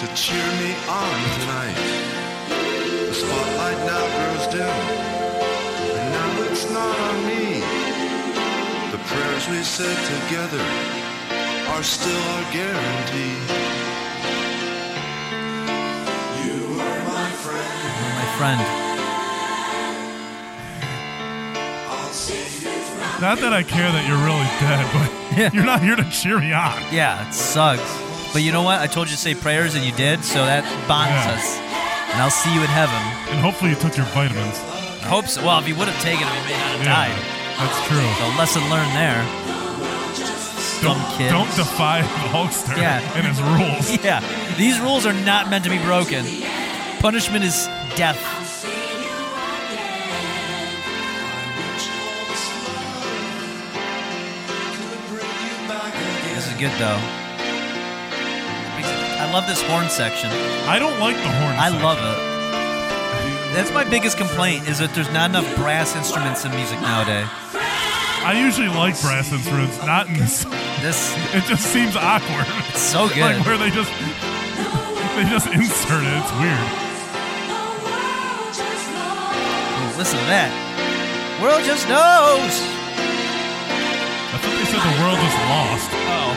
to cheer me on tonight. The spotlight now grows dim, and now it's not on me. The prayers we said together are still our guarantee. My friend. Not that I care that you're really dead, but you're not here to cheer me on. Yeah, it sucks. But you know what? I told you to say prayers, and you did. So that bonds Yeah. us. And I'll see you in heaven. And hopefully you took your vitamins. I hope so. Well, if you would have taken it, we may not have Yeah, died. That's true. So lesson learned there. Dumb kid. Don't defy the Hulkster Yeah. and his rules. Yeah, these rules are not meant to be broken. Punishment is death. This is good though. I love this horn section. I don't like the horn. I section. love it. That's my biggest complaint is that there's not enough brass instruments in music nowadays. I usually like brass instruments, not in this. This It just seems awkward. it's so good. like where they just they just insert it. It's weird. Listen to that. World just knows. I thought they said the world is lost. Oh,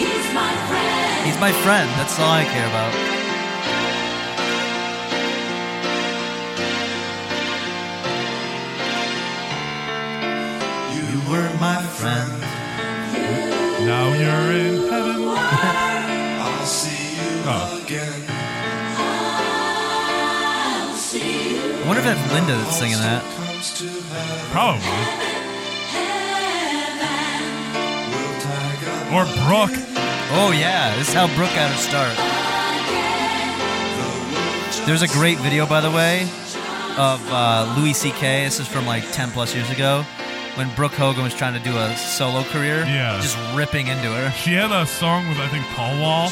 He's my friend. he's my friend. That's all I care about. You were my friend. Now you're in heaven. I'll see you Oh. again. I wonder if that's Linda that's singing that. Comes to heaven, Probably. we'll tag up Or Brooke. Oh yeah, this is how Brooke got her start. There's a great video, by the way, of uh, Louis C.K. This is from like 10 plus years ago, when Brooke Hogan was trying to do a solo career. Yeah. just ripping into her. She had a song with I think Paul Wall.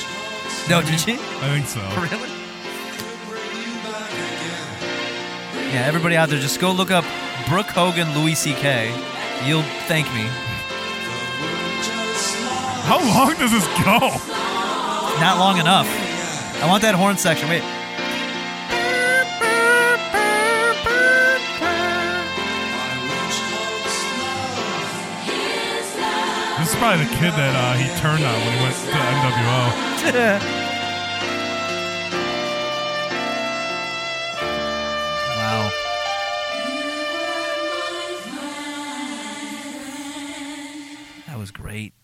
No, did she? I think so. Really? Yeah, everybody out there, just go look up Brooke Hogan, Louis C.K. You'll thank me. How long does this go? Not long enough. I want that horn section. Wait. This is probably the kid that uh, he turned on when he went to NWO. Wow. That was great.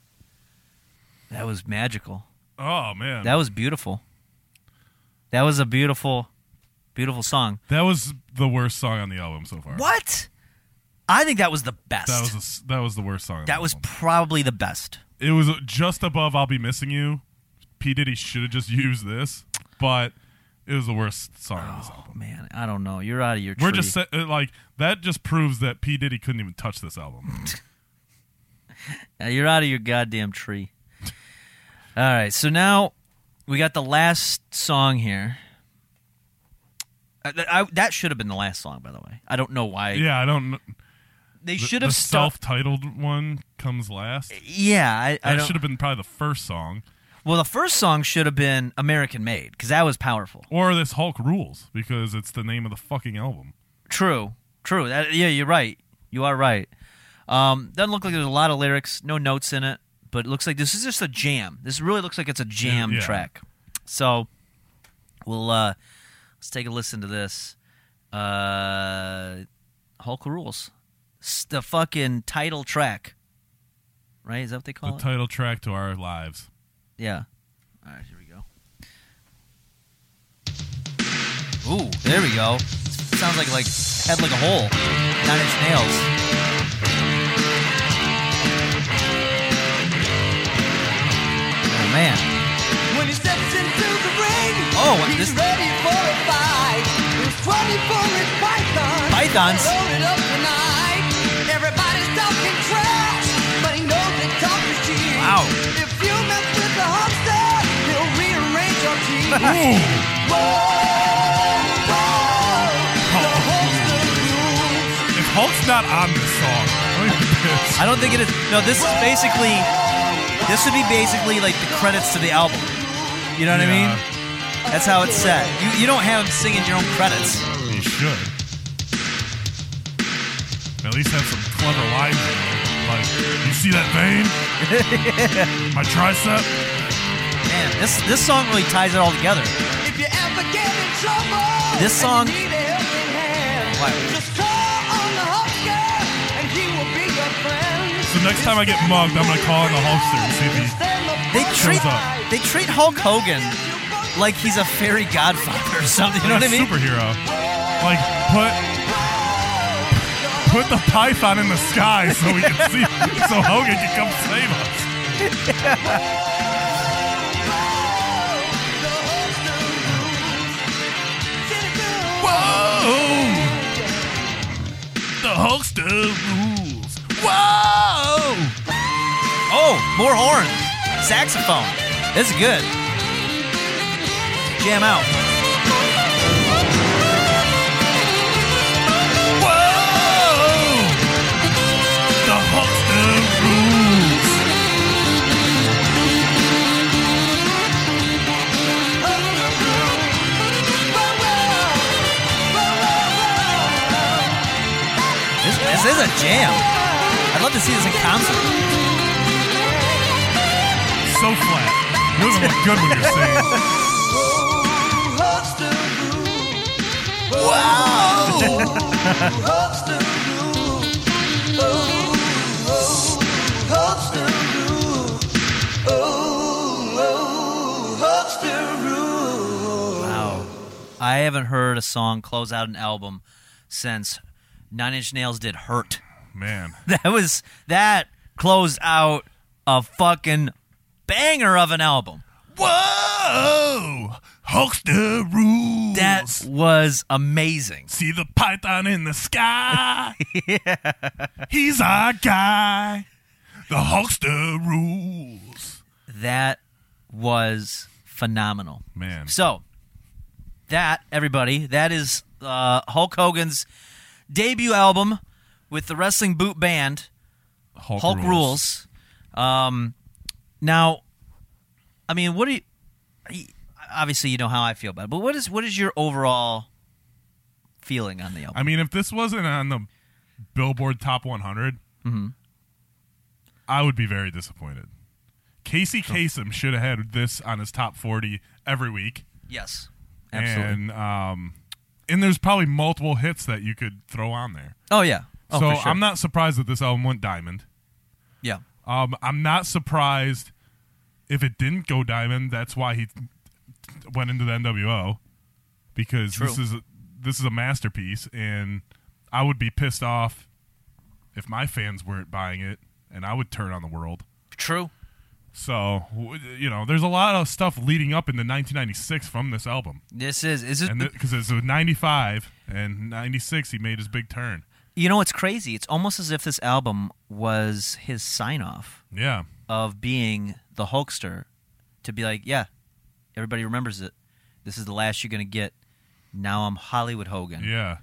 That was magical. Oh man, That was beautiful. That was a beautiful, beautiful song. that was the worst song on the album so far. What? I think that was the best. That was the s that was the worst song. on That the was album. probably the best. it was just above "I'll Be Missing You." P Diddy should have just used this, but it was the worst song on Oh, this album. Man, I don't know. You're out of your. We're tree. just sa- uh, like that. Just proves that P Diddy couldn't even touch this album. Now you're out of your goddamn tree. All right, so now We got the last song here. Uh, th- I- that should have been the last song, by the way. I don't know why. Yeah, I don't. kn- They the- should the have stopped. self-titled one comes last. Yeah, I, I That don't. should have been probably the first song, Well, the first song should have been American Made because that was powerful. or this Hulk rules because it's the name of the fucking album. True, true. That, yeah, you're right. You are right. Um, doesn't look like there's a lot of lyrics, no notes in it, but it looks like this is just a jam. This really looks like it's a jam Yeah. track. So we'll uh, let's take a listen to this. Uh, Hulk rules. It's the fucking title track, right? Is that what they The call it? title track to our lives. Yeah. All right, here we go. Ooh, there we go. Sounds like like head like a hole. Nine Inch Nails. Oh man. When he steps into the ring, Oh, and he's this- ready for a fight. He's 24 with pythons. Pythons? They loaded up tonight. Everybody's talking trash, but he knows that talk is cheap. Wow. If you mess with the huckster, he'll rearrange your teeth. Whoa, whoa, the huckster rules. If Hulk's not on this song, I'm gonna be pissed. I don't think it is. No, this is basically. This would be basically like the credits to the album. You know what I mean? That's how it's set. You, you don't have him singing your own credits. mean? You should. At least have some clever lines. in there. Like, you see that vein? My tricep. Man, this this song really ties it all together. If you ever get in trouble, This song- and you need a helping hand, What? just call on the Hulkster, and he will be your friend. So next time I get mugged, I'm gonna call on the Hulkster and see if he They treat Shows up. they treat Hulk Hogan like he's a fairy godfather or something. You know what I mean? Superhero. Like, put put the python in the sky so we can see, so Hogan can come save us. Whoa! The Hulkster rules. Whoa! Oh, more horn, saxophone. This is good. Jam out. Whoa! The Hulkster rules. This, this is a jam. I'd love to see this in concert. So flat. You doesn't look good when you're singing. Oh, Oh, Oh, Wow. I haven't heard a song close out an album since Nine Inch Nails did "Hurt." Man, That was that closed out a fucking banger of an album. Whoa! Hulkster rules. That was amazing. See the python in the sky. He's our guy. The Hulkster rules. That was phenomenal. Man. So, that, everybody, that is uh, Hulk Hogan's debut album with the Wrestling Boot Band, Hulk Rules. Um, now, I mean, what do you. I- Obviously, you know how I feel about it, but what is what is your overall feeling on the album? I mean, if this wasn't on the Billboard Top 100, Mm-hmm. I would be very disappointed. Casey Kasem should have had this on his top 40 every week. yes, absolutely. And, um, and there's probably multiple hits that you could throw on there. oh yeah. Oh, so for sure. I'm not surprised that this album went diamond. Yeah. Um, I'm not surprised if it didn't go diamond. That's why he went into the NWO because this True. is a, this is a masterpiece, and I would be pissed off if my fans weren't buying it, and I would turn on the world. True. So w- you know, there's a lot of stuff leading up into 1996 from this album, This is is it, and because it's a 95 and 96, he made his big turn. you know it's crazy. It's almost as if this album was his sign off Yeah, of being the Hulkster to be like, yeah, Everybody remembers it. This is the last you're going to get. Now I'm Hollywood Hogan. Yeah.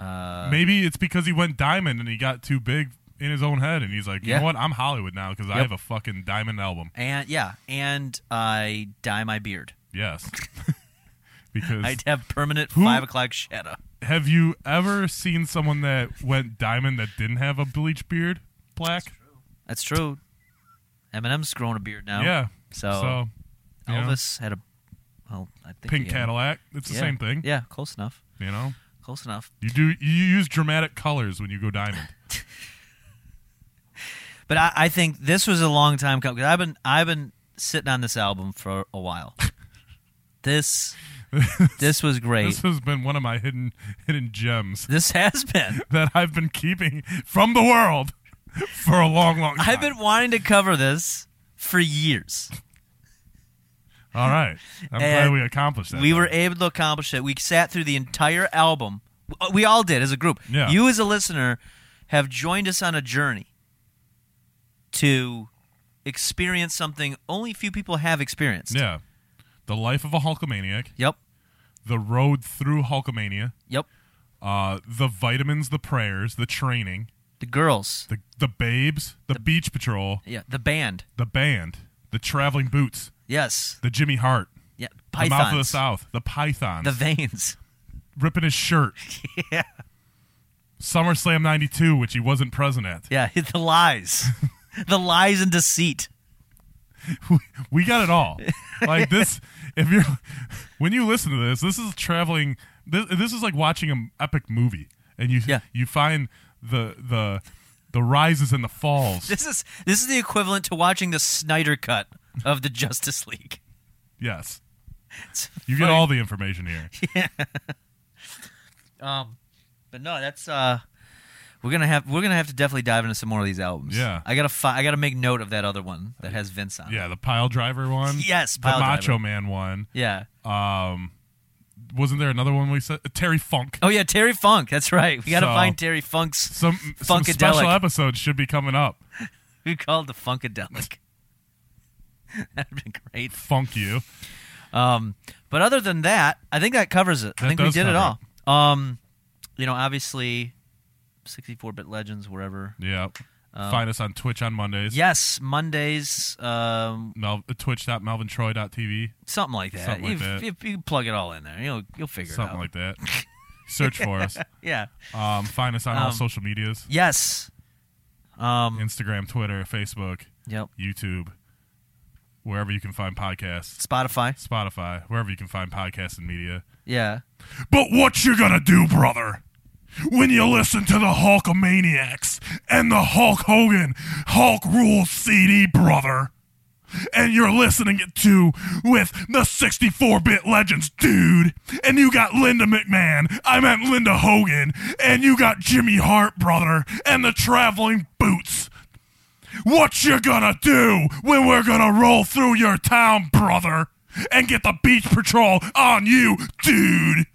Uh, Maybe it's because he went diamond and he got too big in his own head, and he's like, you Yeah. know what? I'm Hollywood now because I Yep. have a fucking diamond album. And yeah, and I dye my beard. Yes. because I have permanent Who- five o'clock shadow. have you ever seen someone that went diamond that didn't have a bleach beard plaque? That's true. Eminem's growing a beard now. Yeah. So, so you know, Elvis had a well, I think pink he had- Cadillac. It's the Yeah. same thing. Yeah, close enough. You know, Close enough. you do you use dramatic colors when you go diamond. But I, I think this was a long time coming because I've been I've been sitting on this album for a while. this this was great. this This, has been one of my hidden hidden gems has been. that I've been keeping from the world for a long, long time. I've been wanting to cover this for years. All right. I'm glad And we accomplished that. We were though. able to accomplish it. We sat through the entire album. We all did as a group. Yeah. You as a listener have joined us on a journey to experience something only few people have experienced. Yeah. The life of a Hulkamaniac, Yep. the road through Hulkamania, Yep. uh, the vitamins, the prayers, the training, The girls. the the babes, the, beach patrol, Yeah. The band. the band, the traveling boots, Yes. the Jimmy Hart, Yeah. the mouth of the Pythons. South, the pythons, The veins. ripping his shirt. Yeah. SummerSlam 92, which he wasn't present at. Yeah. The lies. the lies and deceit. we got it all. Like this, if you're when you listen to this, this is traveling. This this is like watching an epic movie, and you Yeah. you find the the the rises and the falls. This is this is the equivalent to watching the Snyder cut of the Justice League. yes, It's you get all the information here. Um, but no, that's uh, we're gonna have we're gonna have to definitely dive into some more of these albums. Yeah. I gotta fi- I gotta make note of that other one that has Vince on. it. Yeah, the pile driver one. Yes, the Pile Macho Driver. Man one. yeah. Wasn't there another one we said Terry Funk? oh yeah, Terry Funk. That's right. We gotta So- find Terry Funk's. Some some Funkadelic. special episodes should be coming up. We called the Funkadelic. That'd been great. Funk you. Um, but other than that, I think that covers it. That I think we does did it all. cover Um, you know, obviously, sixty-four bit legends, wherever. Yeah. Oh. Find us on Twitch on Mondays. Yes, Mondays. Um, Mel- uh, Twitch.melvintroy.tv. something like that. Something like you, that. You, you plug it all in there. You'll you'll figure it out. something like that. Search for us. yeah. Um, find us on all Um, social medias: Yes. Um. Instagram, Twitter, Facebook, Yep. YouTube, wherever you can find podcasts, Spotify. Spotify, wherever you can find podcasts and media. Yeah. But what you gonna do, brother? When you listen to the Hulkamaniacs and the Hulk Hogan Hulk Rules CD, brother, and you're listening it to with the 64-bit legends, dude, and you got Linda McMahon, I meant Linda Hogan, and you got Jimmy Hart, brother, and the Traveling Boots. What you gonna do when we're gonna roll through your town, brother, and get the Beach Patrol on you, dude?